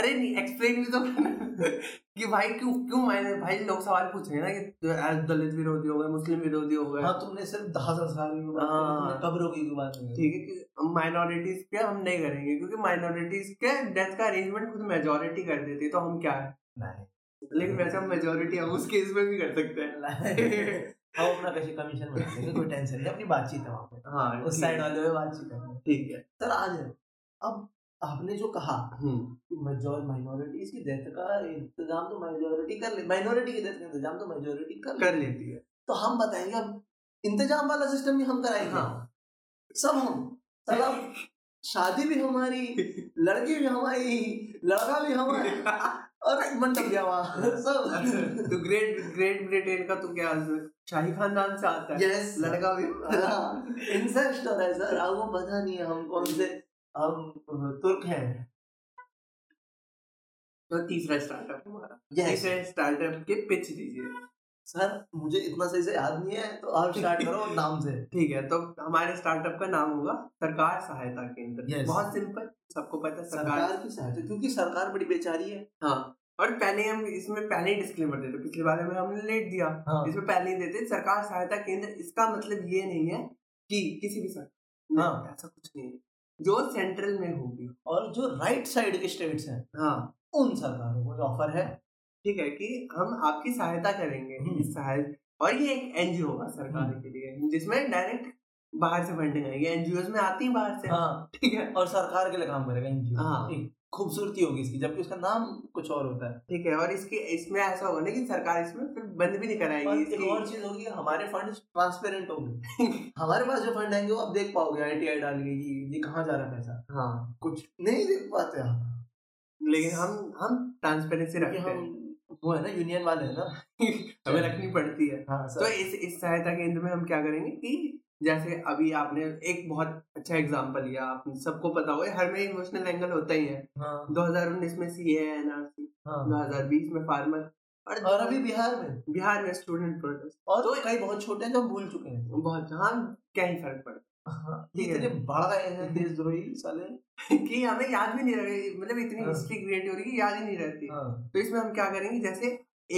Speaker 1: अरे नहीं एक्सप्लेन भी तो करना। कि भाई क्यों क्यों माइनर भाई लोग सवाल पूछ रहे हैं ना कि आज दलित विरोधी हो गए मुस्लिम विरोधी हो गए
Speaker 2: हाँ तुमने सिर्फ दहा संस्कार की बात
Speaker 1: हाँ।
Speaker 2: करी, तुमने कब्रों की बात नहीं करी।
Speaker 1: ठीक है कि माइनॉरिटीज के हम नहीं करेंगे क्योंकि माइनॉरिटीज के डेथ का अरेंजमेंट खुद मेजोरिटी कर देती है तो हम क्या है
Speaker 2: नहीं
Speaker 1: लेकिन
Speaker 2: हाँ।
Speaker 1: वैसे हम मेजोरिटी हम उस केस में भी कर सकते हैं
Speaker 2: हम अपना कैसे कमीशन बना देंगे कोई टेंशन नहीं अपनी बातचीत है वहाँ पे
Speaker 1: हाँ
Speaker 2: उस
Speaker 1: ठीक
Speaker 2: साइड
Speaker 1: है,
Speaker 2: वाले में बातचीत है
Speaker 1: ठीक है
Speaker 2: सर आ जाए अब आपने जो कहा
Speaker 1: हम्म,
Speaker 2: कि मेजोर माइनॉरिटी इसकी डेथ का इंतजाम तो माइनॉरिटी कर ले माइनॉरिटी की डेथ का इंतजाम तो मेजोरिटी कर ले
Speaker 1: कर लेती है
Speaker 2: तो हम बताएंगे अब इंतजाम वाला सिस्टम भी हम कराएंगे
Speaker 1: हाँ।
Speaker 2: सब हम साला शादी भी हमारी लड़की भी हमारी लड़का भी हमारी और मंडप गया वहाँ सब
Speaker 1: तो ग्रेट ग्रेट ब्रिटेन का तो क्या शाही खानदान से आता है
Speaker 2: यस
Speaker 1: लड़का भी
Speaker 2: इंसेस्ट हाँ, हो रहा है सर आपको पता नहीं है हम कौन से हम तुर्क हैं
Speaker 1: तो तीसरा स्टार्टअप हमारा
Speaker 2: यस
Speaker 1: तीसरे स्टार्टअप के पिच दीजिए
Speaker 2: सर मुझे इतना सही से याद नहीं है तो आप स्टार्ट करो नाम से
Speaker 1: ठीक है तो हमारे स्टार्टअप का नाम होगा सरकार सहायता केंद्र
Speaker 2: Yes.
Speaker 1: बहुत सिंपल सबको पता है सरकार
Speaker 2: सरकार की सहायता क्योंकि सरकार बड़ी बेचारी है
Speaker 1: हाँ और पहले हम इसमें पहले ही डिस्क्लेमर देते पिछले बारे में हमने लेट दिया
Speaker 2: हाँ
Speaker 1: इसमें पहले ही देते सरकार सहायता केंद्र इसका मतलब ये नहीं है कि किसी भी सरकार
Speaker 2: हाँ।
Speaker 1: ऐसा कुछ नहीं है जो सेंट्रल में होगी
Speaker 2: और जो राइट साइड के स्टेट्स हैं
Speaker 1: हाँ
Speaker 2: उन सरकारों को ऑफर है
Speaker 1: ठीक है कि हम आपकी सहायता करेंगे
Speaker 2: हम्म।
Speaker 1: इस सहायता और ये एक एनजीओ होगा सरकार
Speaker 2: हम्म।
Speaker 1: के लिए जिसमें डायरेक्ट बाहर से फंडिंग आएगी एनजीओ में आती ही बाहर से
Speaker 2: हाँ
Speaker 1: ठीक है
Speaker 2: और सरकार के लिए काम करेगा एनजीओ
Speaker 1: हाँ।
Speaker 2: खूबसूरती होगी इसकी जबकि उसका नाम कुछ और होता है
Speaker 1: ठीक है और इसके इसमें ऐसा होगा ना कि सरकार इसमें फिर बंद भी नहीं
Speaker 2: और
Speaker 1: कराएगी
Speaker 2: एक और
Speaker 1: इसकी
Speaker 2: चीज होगी हमारे फंड ट्रांसपेरेंट होंगे हमारे पास जो फंड आएंगे वो आप देख पाओगे आईटीआई डाल के कि ये कहाँ जा रहा है पैसा
Speaker 1: हाँ
Speaker 2: कुछ नहीं देख पाते आप
Speaker 1: लेकिन हम हम ट्रांसपेरेंसी
Speaker 2: क्योंकि
Speaker 1: रखते हैं
Speaker 2: हम वो है ना यूनियन वाले हैं ना
Speaker 1: हमें रखनी पड़ती है
Speaker 2: हाँ
Speaker 1: तो
Speaker 2: सर
Speaker 1: इस इस सहायता केंद्र में हम क्या करेंगे कि जैसे अभी आपने एक बहुत अच्छा एग्जांपल लिया आप सबको पता होगा हर में इमोशनल एंगल होता ही है
Speaker 2: हाँ
Speaker 1: 2019 में सी ए एनआरसी
Speaker 2: हाँ
Speaker 1: 2020 में फार्मर और
Speaker 2: और अभी बिहार में
Speaker 1: बिहार में स्टूडेंट प्रोटेस्ट
Speaker 2: और
Speaker 1: तो-
Speaker 2: कई बहुत छोटे हैं जो हम भूल चुके हैं
Speaker 1: बहुत हाँ क्या ही फर्क पड़ता
Speaker 2: हाँ,
Speaker 1: ठीक है।
Speaker 2: इतने बढ़ गए हैं देशद्रोही साले
Speaker 1: है कि हमें याद भी नहीं रहेगी मतलब इतनी
Speaker 2: हाँ।
Speaker 1: हिस्ट्री क्रिएट हो रही है याद ही नहीं रहती
Speaker 2: हाँ
Speaker 1: तो इसमें हम क्या करेंगे जैसे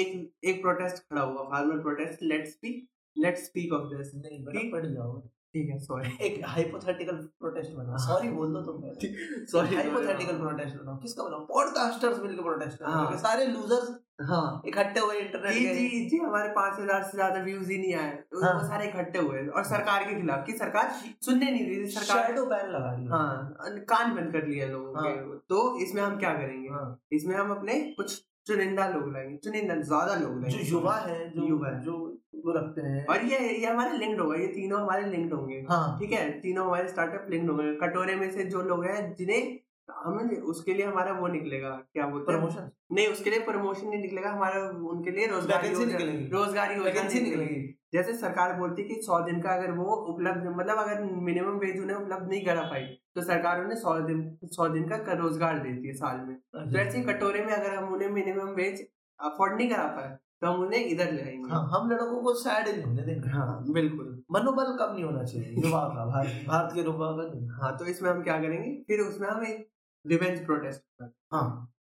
Speaker 1: एक एक प्रोटेस्ट खड़ा हुआ farmer protest let's speak let's speak of this
Speaker 2: नहीं बड़ा
Speaker 1: ठीक।
Speaker 2: पढ़ जाओ
Speaker 1: ठीक है सॉरी
Speaker 2: एक हाइपोथेटिकल प्रोटेस्ट बनाओ
Speaker 1: हाँ।
Speaker 2: सॉरी बोल दो तुम पहले।
Speaker 1: सॉरी
Speaker 2: हाइपोथेटिकल प्रोटेस्ट बनाओ किसका बनाओ पॉडकास्टर्स मिलकर प्रोटेस्ट
Speaker 1: हाँ।
Speaker 2: करेंगे सारे लूजर्स
Speaker 1: हाँ
Speaker 2: इकट्ठे हुए
Speaker 1: जी
Speaker 2: इंटरनेट
Speaker 1: जी
Speaker 2: के
Speaker 1: जी हमारे पाँच हजार से ज्यादा व्यूज ही नहीं आए तो
Speaker 2: हाँ।
Speaker 1: वो सारे इकट्ठे हुए और सरकार के खिलाफ कि सरकार सुनने नहीं दे रही सरकार
Speaker 2: शैडो बैन लगा रही है।
Speaker 1: हाँ कान बंद कर लिए लोगों के तो इसमें हम क्या करेंगे
Speaker 2: हाँ।
Speaker 1: इसमें हम अपने कुछ चुनिंदा लोग लाएंगे चुनिंदा ज्यादा लोग
Speaker 2: जो
Speaker 1: लाएंगे
Speaker 2: युवा है जो
Speaker 1: युवा है।
Speaker 2: जो वो रखते हैं
Speaker 1: और ये ये हमारे लिंक्ड होगा ये तीनों हमारे लिंक्ड होंगे
Speaker 2: हाँ
Speaker 1: ठीक है तीनों हमारे स्टार्टअप लिंक्ड होंगे कटोरे में से जो लोग हैं जिन्हें हमें उसके लिए हमारा वो निकलेगा क्या बोलते हैं
Speaker 2: प्रमोशन
Speaker 1: नहीं उसके लिए प्रमोशन नहीं निकलेगा हमारा उनके लिए रोजगार
Speaker 2: वैकेंसी निकलेगी
Speaker 1: रोजगार योजना
Speaker 2: वैकेंसी
Speaker 1: निकलेगी
Speaker 2: निकलेगी
Speaker 1: जैसे सरकार बोलती है कि सौ दिन का अगर वो उपलब्ध मतलब अगर मिनिमम वेज उन्हें उपलब्ध नहीं करा पाई तो सरकार उन्हें सौ दिन सौ दिन का कर- रोजगार देती है साल में
Speaker 2: हाँ,
Speaker 1: तो ऐसे ही कटोरे में अगर हम उन्हें मिनिमम वेज अफोर्ड नहीं करा पाए तो हम उन्हें इधर ले आएंगे
Speaker 2: हाँ हम लड़कों को सैड नहीं होने देंगे
Speaker 1: हाँ बिल्कुल
Speaker 2: मनोबल कम नहीं होना चाहिए युवा का भारत भारत के युवा का नहीं।
Speaker 1: हाँ तो इसमें हम क्या करेंगे फिर उसमें हम एक रिवेंज प्रोटेस्ट
Speaker 2: हाँ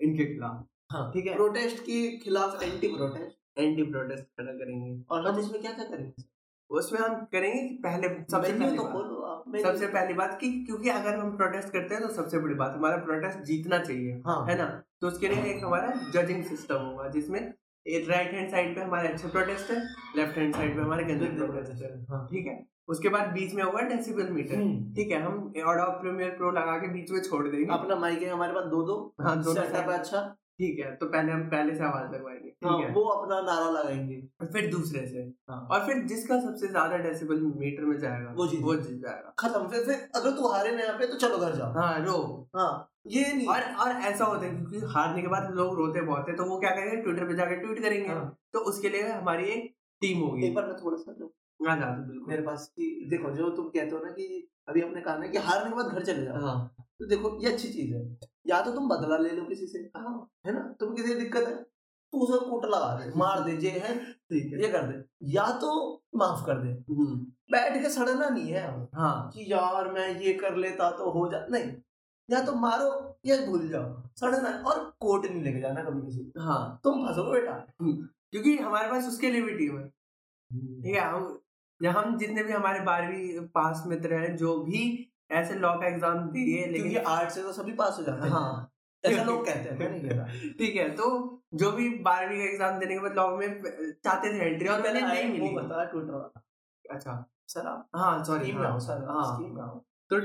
Speaker 1: इनके खिलाफ
Speaker 2: हाँ
Speaker 1: ठीक है
Speaker 2: प्रोटेस्ट के खिलाफ एंटी प्रोटेस्ट
Speaker 1: एंटी प्रोटेस्ट खड़ा करेंगे
Speaker 2: और हम इसमें क्या क्या करेंगे
Speaker 1: उसमें हम करेंगे कि पहले सबसे
Speaker 2: मेन्यू
Speaker 1: पहली
Speaker 2: तो
Speaker 1: बात-
Speaker 2: खोलो आप मेन्यू।
Speaker 1: सबसे पहली बात कि क्योंकि अगर हम प्रोटेस्ट करते हैं तो सबसे बड़ी बात हमारा प्रोटेस्ट जीतना चाहिए
Speaker 2: हाँ
Speaker 1: है ना तो उसके लिए एक हमारा जजिंग सिस्टम होगा जिसमें राइट हैंड साइड पे हमारे अच्छे प्रोटेस्ट है लेफ्ट हैंड साइड पे हमारे गंदे प्रोटेस्ट है
Speaker 2: हाँ
Speaker 1: ठीक है उसके बाद बीच में होगा डेसिबल मीटर
Speaker 2: हम्म।
Speaker 1: ठीक है हम ऑफ प्रीमियर प्रो लगा के बीच में छोड़ देंगे
Speaker 2: अपना माइक है हमारे पास दो दो
Speaker 1: हाँ, दोनों
Speaker 2: सेटअप है
Speaker 1: side।
Speaker 2: अच्छा
Speaker 1: ठीक है तो पहले हम पहले से आवाज लगवाएंगे
Speaker 2: हाँ,
Speaker 1: ठीक है
Speaker 2: वो अपना नारा लगाएंगे
Speaker 1: और फिर दूसरे से
Speaker 2: हाँ।
Speaker 1: और फिर जिसका सबसे ज्यादा डेसिबल मीटर में जाएगा
Speaker 2: वो जीत-
Speaker 1: वो जीत जाएगा
Speaker 2: खत्म फिर फिर अगर तू हारे ना यहाँ पे तो चलो घर जाओ
Speaker 1: हाँ रो
Speaker 2: हाँ ये नहीं
Speaker 1: और और ऐसा होता है क्योंकि हारने के बाद लोग रोते बहुत है तो वो क्या करेंगे ट्विटर पे जाकर ट्वीट करेंगे
Speaker 2: हाँ।
Speaker 1: तो उसके लिए हमारी एक टीम होगी
Speaker 2: एक बार मैं थोड़ा सा जो
Speaker 1: हाँ जा तो बिल्कुल
Speaker 2: मेरे पास की देखो जो तुम कहते हो ना कि अभी हमने कहा ना कि हारने के बाद घर चले जाओ
Speaker 1: हाँ
Speaker 2: तो देखो ये अच्छी चीज है या तो तुम बदला ले लो किसी से
Speaker 1: हाँ।
Speaker 2: है ना तुम किसी से दिक्कत है तो उसे कूट लगा दे मार दे जे है
Speaker 1: ठीक है
Speaker 2: ये कर दे या तो माफ कर दे
Speaker 1: हम्म,
Speaker 2: बैठ के सड़ना नहीं है हमें
Speaker 1: हाँ
Speaker 2: कि यार मैं ये कर लेता तो हो जा नहीं या तो मारो या भूल जाओ सड़ना और कोर्ट नहीं लेके जाना कभी किसी को।
Speaker 1: हाँ
Speaker 2: तुम फंसोगे बेटा
Speaker 1: क्योंकि हमारे पास उसके लिए भी टीम है ठीक है हम या हम जितने भी हमारे बारहवीं पास मित्र हैं जो भी ऐसे लॉ का एग्जाम दिए
Speaker 2: क्योंकि
Speaker 1: लेकिन
Speaker 2: आर्ट से तो सभी पास हो जाते हैं
Speaker 1: हाँ
Speaker 2: ऐसा लोग कहते हैं मैं नहीं कह रहा
Speaker 1: ठीक है तो जो भी बारहवीं का एग्जाम देने के बाद लॉ में चाहते थे एंट्री
Speaker 2: तो
Speaker 1: और मैंने नहीं
Speaker 2: वो
Speaker 1: मिली
Speaker 2: बताया ट्विटर वाला
Speaker 1: अच्छा
Speaker 2: सर आप
Speaker 1: हाँ सॉरी
Speaker 2: स्कीम में आओ सर
Speaker 1: हाँ।
Speaker 2: आप स्कीम में आओ
Speaker 1: तो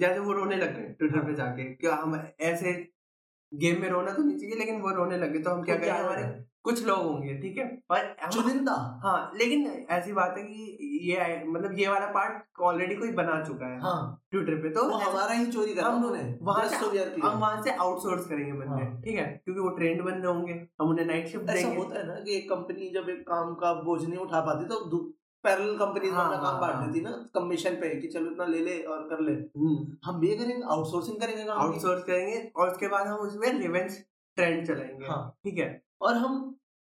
Speaker 1: जैसे वो रोने लग गए ट्विटर पे जाके क्या हम ऐसे गेम में रोना तो नहीं चाहिए लेकिन वो रोने लगे तो हम क्या
Speaker 2: तो
Speaker 1: करें
Speaker 2: है?
Speaker 1: हमारे कुछ लोग होंगे ठीक है पर हम,
Speaker 2: चुनिंदा
Speaker 1: हाँ लेकिन ऐसी बात है कि ये आए- मतलब ये वाला पार्ट ऑलरेडी कोई बना चुका है
Speaker 2: हाँ
Speaker 1: ट्विटर पे तो
Speaker 2: वो हमारा ही चोरी करा
Speaker 1: हम-
Speaker 2: उन्होंने
Speaker 1: वहाँ
Speaker 2: Just
Speaker 1: से-
Speaker 2: so we are clear.
Speaker 1: हम वहां से आउटसोर्स करेंगे बंदे
Speaker 2: हाँ।
Speaker 1: ठीक है क्योंकि वो ट्रेंड बंदे होंगे हम उन्हें नाइट शिफ्ट
Speaker 2: ऐसा
Speaker 1: देंगे
Speaker 2: होता है ना कि एक कंपनी जब एक काम का बोझ नहीं उठा पाती तो पैरल कंपनी
Speaker 1: हाँ,
Speaker 2: अपना काम
Speaker 1: हाँ,
Speaker 2: बांट
Speaker 1: हाँ।
Speaker 2: देती ना कमीशन पे कि चलो इतना ले ले और कर ले
Speaker 1: हम्म।
Speaker 2: हम ये करेंगे आउटसोर्सिंग करेंगे काम की।
Speaker 1: आउटसोर्स करेंगे और उसके बाद हम उसमें रिवेंज ट्रेंड चलाएंगे
Speaker 2: हाँ।
Speaker 1: ठीक है
Speaker 2: और हम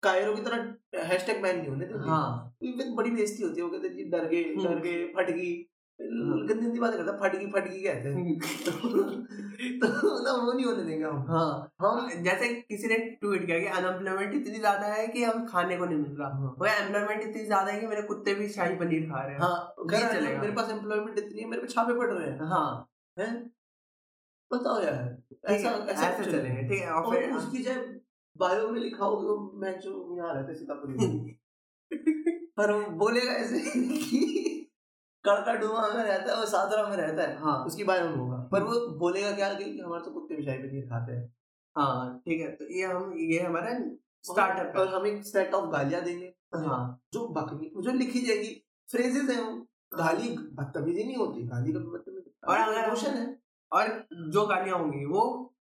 Speaker 2: कायरों की तरह हैशटैग बैन नहीं होने देते
Speaker 1: हाँ
Speaker 2: तो ये बड़ी बेइज्जती होती है वो कहते हैं जी डर गए
Speaker 1: हम्म। हाँ।
Speaker 2: डर गए फट गई गंदी गंदी बातें करता फट गई फट गई कहते हैं तो ना वो नहीं होने देंगे हम
Speaker 1: हाँ हम जैसे किसी ने ट्वीट किया कि अनएम्प्लॉयमेंट इतनी ज्यादा है कि हम खाने को नहीं मिल रहा वो एम्प्लॉयमेंट इतनी ज्यादा है कि मेरे कुत्ते भी शाही पनीर खा रहे हैं
Speaker 2: हाँ
Speaker 1: नहीं
Speaker 2: घर
Speaker 1: चलेगा।
Speaker 2: मेरे पास एम्प्लॉयमेंट इतनी है मेरे पे छापे पड़ रहे हैं
Speaker 1: हाँ
Speaker 2: हैं बताओ यार
Speaker 1: ठीक
Speaker 2: ऐसा
Speaker 1: है,
Speaker 2: ऐसा
Speaker 1: ऐसे
Speaker 2: कुछ
Speaker 1: चलेंगे ठीक है और
Speaker 2: और
Speaker 1: फिर
Speaker 2: उसकी जब बायो में लिखा होगा वो मैं जो यहाँ रहता सीतापुर में पर वो बोलेगा ऐसे कि कड़का डुमा में रहता है और सादरा में रहता है
Speaker 1: हाँ
Speaker 2: उसकी बायो में होगा पर वो बोलेगा क्या कि हमारे तो कुत्ते बिछाई पनीर खाते हैं
Speaker 1: हाँ ठीक है तो ये हम ये हमारा स्टार्टअप
Speaker 2: और हम एक सेट ऑफ गालियां देंगे
Speaker 1: है हाँ
Speaker 2: जो बकनी जो लिखी जाएगी फ्रेजेस हैं वो गाली बदतमीजी नहीं होती गाली का बदतमीजी
Speaker 1: और अगर-
Speaker 2: emotion है
Speaker 1: और जो गालियां होंगी वो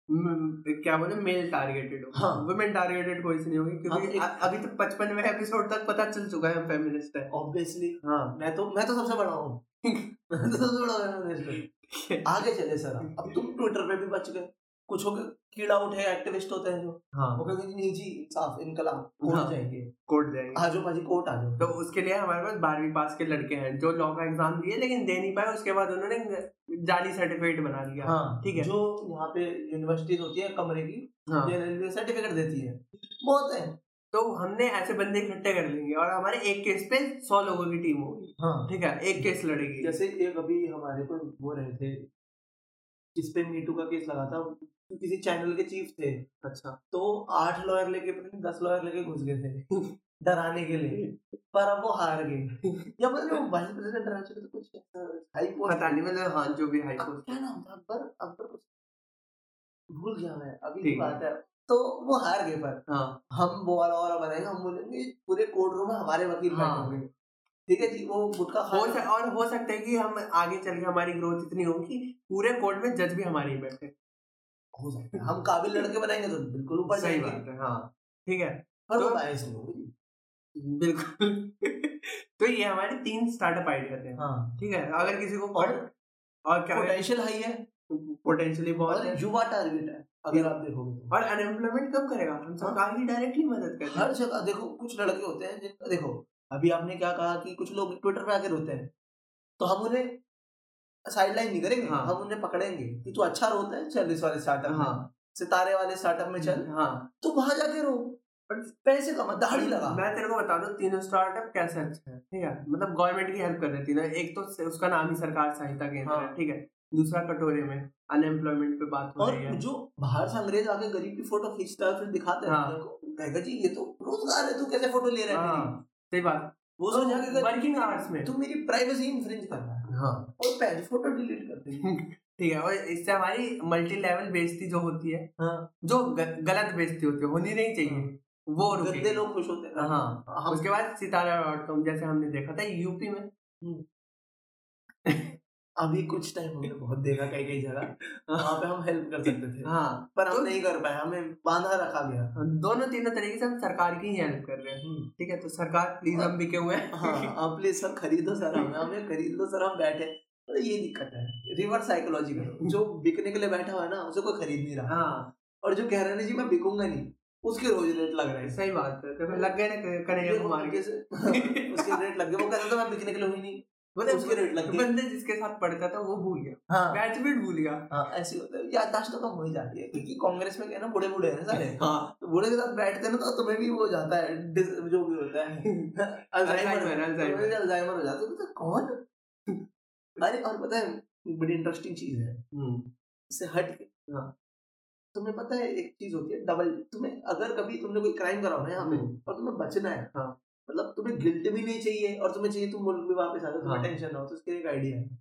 Speaker 1: म- क्या बोले मेल टारगेटेड होगी
Speaker 2: हाँ।
Speaker 1: वुमेन टारगेटेड कोई सी नहीं होगी क्योंकि
Speaker 2: हाँ,
Speaker 1: अ- अभी तक पचपनवे एपिसोड तक पता चल चुका है हम फेमिनिस्ट है
Speaker 2: ऑब्वियसली
Speaker 1: हाँ
Speaker 2: मैं तो मैं तो सबसे बड़ा हूँ मैं तो सबसे बड़ा हूँ इस पे। आगे चले सर आप। अब तुम ट्विटर पे भी बच गए कुछ हो गए कीड़ा उठे एक्टिविस्ट होते हैं जो वो
Speaker 1: हाँ
Speaker 2: कहते हैं नहीं जी साफ इनकलाब कोर्ट
Speaker 1: हाँ।
Speaker 2: जाएंगे
Speaker 1: कोर्ट जाएंगे
Speaker 2: आ जाओ भाजी कोर्ट आ
Speaker 1: तो
Speaker 2: जाओ
Speaker 1: उसके लिए हमारे पास बारहवीं पास के लड़के हैं जो लॉ का एग्जाम दिए लेकिन दे नहीं पाए उसके बाद उन्होंने जाली सर्टिफिकेट बना लिया
Speaker 2: हाँ
Speaker 1: ठीक है।
Speaker 2: जो यहाँ पे यूनिवर्सिटीज होती है कमरे की
Speaker 1: हाँ।
Speaker 2: ये सर्टिफिकेट देती है बहुत है
Speaker 1: तो हमने ऐसे बंदे इकट्ठे कर लेंगे और हमारे एक केस पे सौ लोगों की टीम होगी
Speaker 2: हाँ
Speaker 1: ठीक है एक केस लड़ेगी
Speaker 2: जैसे एक अभी हमारे को वो रहे थे जिस पे मीटू का केस लगा था किसी चैनल के चीफ थे
Speaker 1: अच्छा
Speaker 2: तो आठ लॉयर लेके पता नहीं दस लॉयर लेके घुस गए थे डराने के लिए पर अब वो हार गए या मतलब वो वाइस प्रेसिडेंट डरा चुके थे कुछ हाई पोस्ट
Speaker 1: पता नहीं मतलब हाँ जो भी हाई कोर्ट
Speaker 2: क्या नाम था अकबर अकबर कुछ भूल गया मैं अभी
Speaker 1: ठीक है।
Speaker 2: की बात है तो वो हार गए पर
Speaker 1: हाँ
Speaker 2: हम वो वाला वाला बनाएंगे हम बोलेंगे पूरे कोर्ट रूम में हमारे वकील
Speaker 1: हाँ।
Speaker 2: बैठे होंगे ठीक है जी वो गुटका
Speaker 1: हो
Speaker 2: खा
Speaker 1: सक, और हो सकता है कि हम आगे चल के हमारी ग्रोथ इतनी होगी पूरे कोर्ट में जज भी हमारे ही बैठे
Speaker 2: हो सकता है हम काबिल लड़के बनाएंगे तो बिल्कुल ऊपर
Speaker 1: सही
Speaker 2: जाएंगे
Speaker 1: बात है हाँ ठीक है
Speaker 2: पर वो
Speaker 1: तो-
Speaker 2: बायस नहीं होगी
Speaker 1: बिल्कुल तो ये हमारे तीन स्टार्टअप आइडिया थे
Speaker 2: हाँ
Speaker 1: ठीक है अगर किसी को
Speaker 2: और
Speaker 1: और, और क्या है
Speaker 2: पोटेंशियल हाई है
Speaker 1: पोटेंशियली बहुत है
Speaker 2: और युवा टारगेट है अगर आप देखोगे तो
Speaker 1: और अनएम्प्लॉयमेंट कब करेगा हम
Speaker 2: हाँ।
Speaker 1: सरकार ही डायरेक्टली मदद करेगा
Speaker 2: हर जगह देखो कुछ लड़के होते हैं जिनका देखो अभी आपने क्या कहा कि कुछ लोग ट्विटर पे आके रोते हैं तो हम उन्हें साइडलाइन नहीं करेंगे
Speaker 1: हाँ।
Speaker 2: हम उन्हें पकड़ेंगे कि तू अच्छा रोता है चल इस वाले स्टार्टअप में
Speaker 1: हाँ
Speaker 2: सितारे वाले स्टार्टअप में चल
Speaker 1: हाँ
Speaker 2: तो वहां जाके रो और पैसे कमा दाढ़ी लगा
Speaker 1: मैं तेरे को बता दूं तीनों स्टार्टअप कैसे अच्छे हैं ठीक है मतलब गवर्नमेंट की हेल्प कर देती है ना एक तो से- उसका नाम ही सरकार सहायता केंद्र
Speaker 2: हाँ।
Speaker 1: है ठीक है दूसरा कटोरे में अनएम्प्लॉयमेंट पे बात हो रही
Speaker 2: और
Speaker 1: है
Speaker 2: जो बाहर से अंग्रेज आके गरीब की फोटो खींचता है फिर दिखाते हैं
Speaker 1: हाँ।
Speaker 2: लोगों को कहेगा जी ये तो रोजगार है तू कैसे फोटो ले रहा है मेरी?"
Speaker 1: हाँ, तो सही बात
Speaker 2: वो सोच जाके
Speaker 1: वर्किंग आवर्स में
Speaker 2: तू मेरी प्राइवेसी इन्फ्रिंज कर रहा है
Speaker 1: हाँ
Speaker 2: और पहले फोटो डिलीट कर देंगे
Speaker 1: ठीक है और इससे हमारी मल्टी लेवल बेइज्जती जो होती है
Speaker 2: हाँ।
Speaker 1: जो ग- गलत बेइज्जती होती है होनी नहीं चाहिए वो
Speaker 2: गंदे
Speaker 1: रुके
Speaker 2: लोग खुश होते हैं
Speaker 1: हाँ
Speaker 2: हम
Speaker 1: उसके बाद सितारा डॉट कॉम जैसे हमने देखा था यूपी में
Speaker 2: अभी कुछ टाइम हमने बहुत देखा कई कई जगह वहाँ पे हम हेल्प कर सकते थे
Speaker 1: हाँ
Speaker 2: पर हम
Speaker 1: तो-
Speaker 2: नहीं कर पाए हमें बांधा रखा गया
Speaker 1: दोनों तीनों तरीके से हम सरकार की ही हेल्प कर रहे हैं ठीक है तो सरकार प्लीज हम बिके हुए हैं
Speaker 2: हाँ आप प्लीज सब खरीदो सर हमें हमें खरीद लो सर हम बैठे तो ये दिक्कत है रिवर्स साइकोलॉजी करो जो बिकने के लिए बैठा हुआ है ना उसे कोई खरीद नहीं रहा
Speaker 1: हाँ
Speaker 2: और जो कह रहा है ना जी मैं बिकूंगा नहीं उसके रोज रेट लग रहे हैं
Speaker 1: सही बात है देखो लग गए ना करे- कन्हैया
Speaker 2: देखो,
Speaker 1: कुमार के
Speaker 2: कैसे- उसके रेट लग गए वो कहता था मैं बिकने के लिए हुई नहीं
Speaker 1: मतलब
Speaker 2: उसके रेट लग गए
Speaker 1: बंदे जिसके साथ पढ़ता था वो भूल गया
Speaker 2: हाँ
Speaker 1: ग्रेजुएट भूल गया
Speaker 2: हाँ ऐसे होता है याददाश्त तो कम हो ही जाती है क्योंकि कांग्रेस में क्या है ना बूढ़े बूढ़े हैं ना सारे
Speaker 1: हाँ
Speaker 2: तो बूढ़े के साथ बैठते हैं ना तो तुम्हें भी वो हो जाता है डिस- जो भी होता है
Speaker 1: अल्जाइमर
Speaker 2: तुम्हें भी
Speaker 1: अल्जाइमर
Speaker 2: अल्जाइमर हो जाता है तो कौन अरे और पता है बड़ी इंटरेस्टिंग चीज है
Speaker 1: हम्म,
Speaker 2: इससे हट के
Speaker 1: हाँ।
Speaker 2: तुम्हें पता है एक चीज होती है डबल तुम्हें अगर कभी तुमने कोई क्राइम करा हो ना यहाँ पे
Speaker 1: हम्म।
Speaker 2: और तुम्हें बचना है
Speaker 1: हाँ।
Speaker 2: मतलब तुम्हें गिल्ट भी नहीं चाहिए और तुम्हें चाहिए तुम मुल्क भी वापस आ जाओ तुम्हें
Speaker 1: हाँ।
Speaker 2: टेंशन ना हो तो उसके लिए एक आइडिया है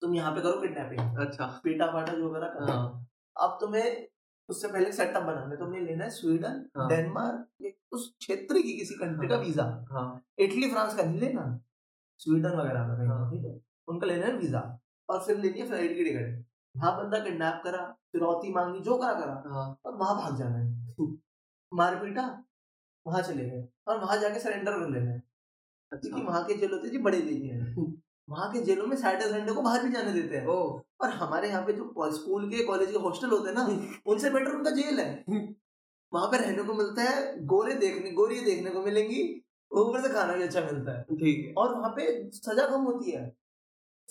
Speaker 2: तुम यहाँ पे करो किडनैपिंग
Speaker 1: अच्छा
Speaker 2: पेटा फाटा जो करा करा
Speaker 1: हाँ
Speaker 2: अब तुम्हें उससे पहले सेटअप बनाना है तुम्हें लेना है स्वीडन
Speaker 1: हाँ।
Speaker 2: डेनमार्क या उस क्षेत्र की किसी कंट्री का वीजा
Speaker 1: हाँ
Speaker 2: इटली फ्रांस का नहीं लेना स्वीडन वगैरह का लेना,
Speaker 1: हाँ।
Speaker 2: ठीक है उनका लेना है वीजा और फिर लेनी है फ्लाइट की टिकट वहां बंदा किडनैप करा फिरौती मांगी जो करा करा
Speaker 1: हाँ
Speaker 2: और वहां भाग जाना है मार पीटा वहां चले गए और वहां जाके सरेंडर कर लेना है क्योंकि
Speaker 1: अच्छा
Speaker 2: वहां के जेल होते हैं जी बड़े दिन है वहां के जेलों में सैटरडे संडे को बाहर भी जाने देते हैं
Speaker 1: ओ
Speaker 2: और हमारे यहाँ पे जो स्कूल के कॉलेज के हॉस्टल होते हैं ना उनसे बेटर उनका जेल है वहां पर रहने को मिलता है गोरे देखने गोरी देखने को मिलेंगी ऊपर से खाना भी अच्छा मिलता है
Speaker 1: ठीक है
Speaker 2: और वहां पे सजा कम होती है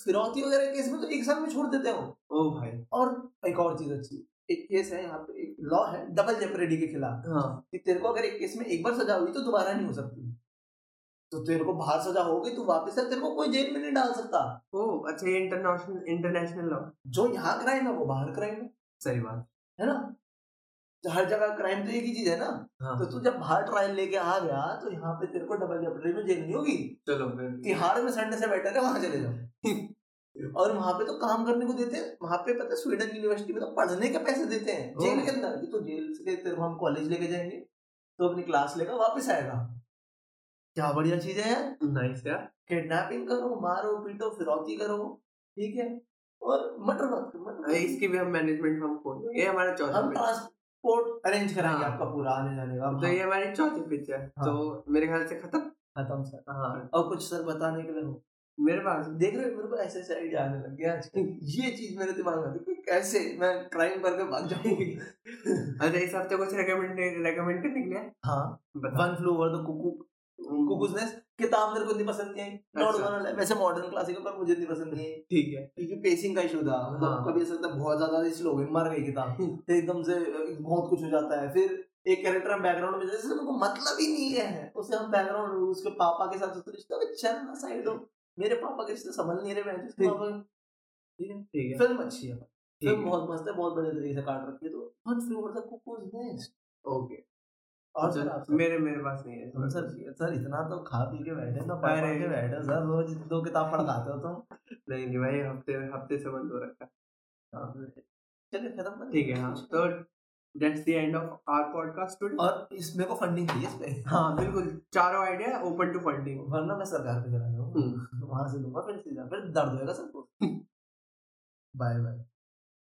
Speaker 2: फिरौती वगैरह केस में तो एक साल में छोड़ देते हो
Speaker 1: ओ भाई
Speaker 2: और एक और चीज अच्छी एक केस है यहाँ पे एक लॉ है डबल जेपरेडी के खिलाफ
Speaker 1: हाँ
Speaker 2: कि तेरे को अगर एक केस में एक बार सजा हुई तो दोबारा नहीं हो सकती तो तेरे को बाहर सजा हो गई तो वापस से तेरे को कोई जेल में नहीं डाल सकता
Speaker 1: ओ अच्छा ये इंटरनेशनल इंटरनेशनल लॉ
Speaker 2: जो यहाँ क्राइम है वो बाहर क्राइम है
Speaker 1: सही बात
Speaker 2: है ना तो हर जगह क्राइम तो एक ही चीज है ना
Speaker 1: हाँ
Speaker 2: तो तू जब बाहर ट्रायल लेके आ गया तो यहाँ पे तेरे को डबल जेपरेडी में जेल नहीं होगी
Speaker 1: चलो फिर
Speaker 2: तिहाड़ में संडे से बैठा है वहां चले जाओ और वहां पे तो काम करने को देते हैं वहां पे पता है स्वीडन यूनिवर्सिटी में तो पढ़ने के पैसे देते हैं
Speaker 1: ओह।
Speaker 2: जेल के अंदर कि तो जेल से तेरे को हम कॉलेज लेके जाएंगे तो अपनी क्लास लेकर वापस आएगा क्या बढ़िया चीज है यार
Speaker 1: नाइस यार
Speaker 2: किडनैपिंग करो मारो पीटो फिरौती करो ठीक है और मटर मत करो, मटर मत
Speaker 1: इसकी भी हम मैनेजमेंट हम खोल ये हमारा
Speaker 2: करो।
Speaker 1: चौथा
Speaker 2: हम
Speaker 1: picture।
Speaker 2: ट्रांसपोर्ट अरेंज कराएंगे
Speaker 1: हाँ।
Speaker 2: आपका पूरा आने जाने का
Speaker 1: तो ये हमारी चौथी पिक्चर
Speaker 2: हाँ।
Speaker 1: तो मेरे ख्याल से खत्म
Speaker 2: खत्म सर
Speaker 1: हाँ
Speaker 2: और कुछ सर बताने के लिए हो
Speaker 1: मेरे पास
Speaker 2: देख रहे हो मेरे को ऐसे ऐसे आइडिया आने लग गया आजकल ये चीज मेरे दिमाग में आती है कि कैसे मैं क्राइम करके भाग जाऊंगी
Speaker 1: अच्छा इस हफ्ते कुछ रेकमेंड रेकमेंड करने के लिए
Speaker 2: हाँ
Speaker 1: बता
Speaker 2: one flew over the cuckoo cuckoo's nest किताब मेरे को नहीं पसंद नहीं आई नॉट
Speaker 1: अच्छा।
Speaker 2: वन वैसे मॉडर्न क्लासिकल पर मुझे नहीं पसंद नहीं आई
Speaker 1: ठीक है
Speaker 2: क्योंकि पेसिंग का इशू था मतलब
Speaker 1: हाँ।
Speaker 2: कभी ऐसा लगता है बहुत ज्यादा स्लो है मर गई किताब फिर तो एकदम से बहुत कुछ हो जाता है फिर एक कैरेक्टर हम बैकग्राउंड में जैसे मेरे को मतलब ही नहीं है उसे हम बैकग्राउंड उसके पापा के साथ उसका रिश्ता अबे चल ना साइड हो मेरे पापा के रिश्ते संभल नहीं रहे मैं उसके
Speaker 1: ठीक।
Speaker 2: पापा के- ठीक है
Speaker 1: ठीक है
Speaker 2: फिल्म अच्छी है
Speaker 1: ठीक
Speaker 2: फिल्म
Speaker 1: है
Speaker 2: बहुत मस्त है बहुत बढ़िया तरीके से काट रखी है तो one flew over the cuckoo's nest
Speaker 1: okay
Speaker 2: और
Speaker 1: अच्छा,
Speaker 2: सर आप
Speaker 1: मेरे मेरे पास नहीं है
Speaker 2: हम सर सर इतना तो खा पी के बैठे ना पढ़
Speaker 1: अरे।
Speaker 2: पढ़ के बैठे हो सर रोज दो किताब पढ़ खाते हो तुम
Speaker 1: नहीं नहीं भाई हफ्ते हफ्ते से बंद हो रखा है
Speaker 2: हाँ, चलिए खत्म कर
Speaker 1: ठीक है हाँ तो that's the end of our podcast today
Speaker 2: और इसमें को फंडिंग चाहिए इस पे
Speaker 1: हाँ बिल्कुल चारों आइडिया ओपन टू फंडिंग
Speaker 2: वरना मैं सरकार पे चला जाऊंगा वहां से लूंगा फिर सीधा फिर दर्द होएगा सबको बाय बाय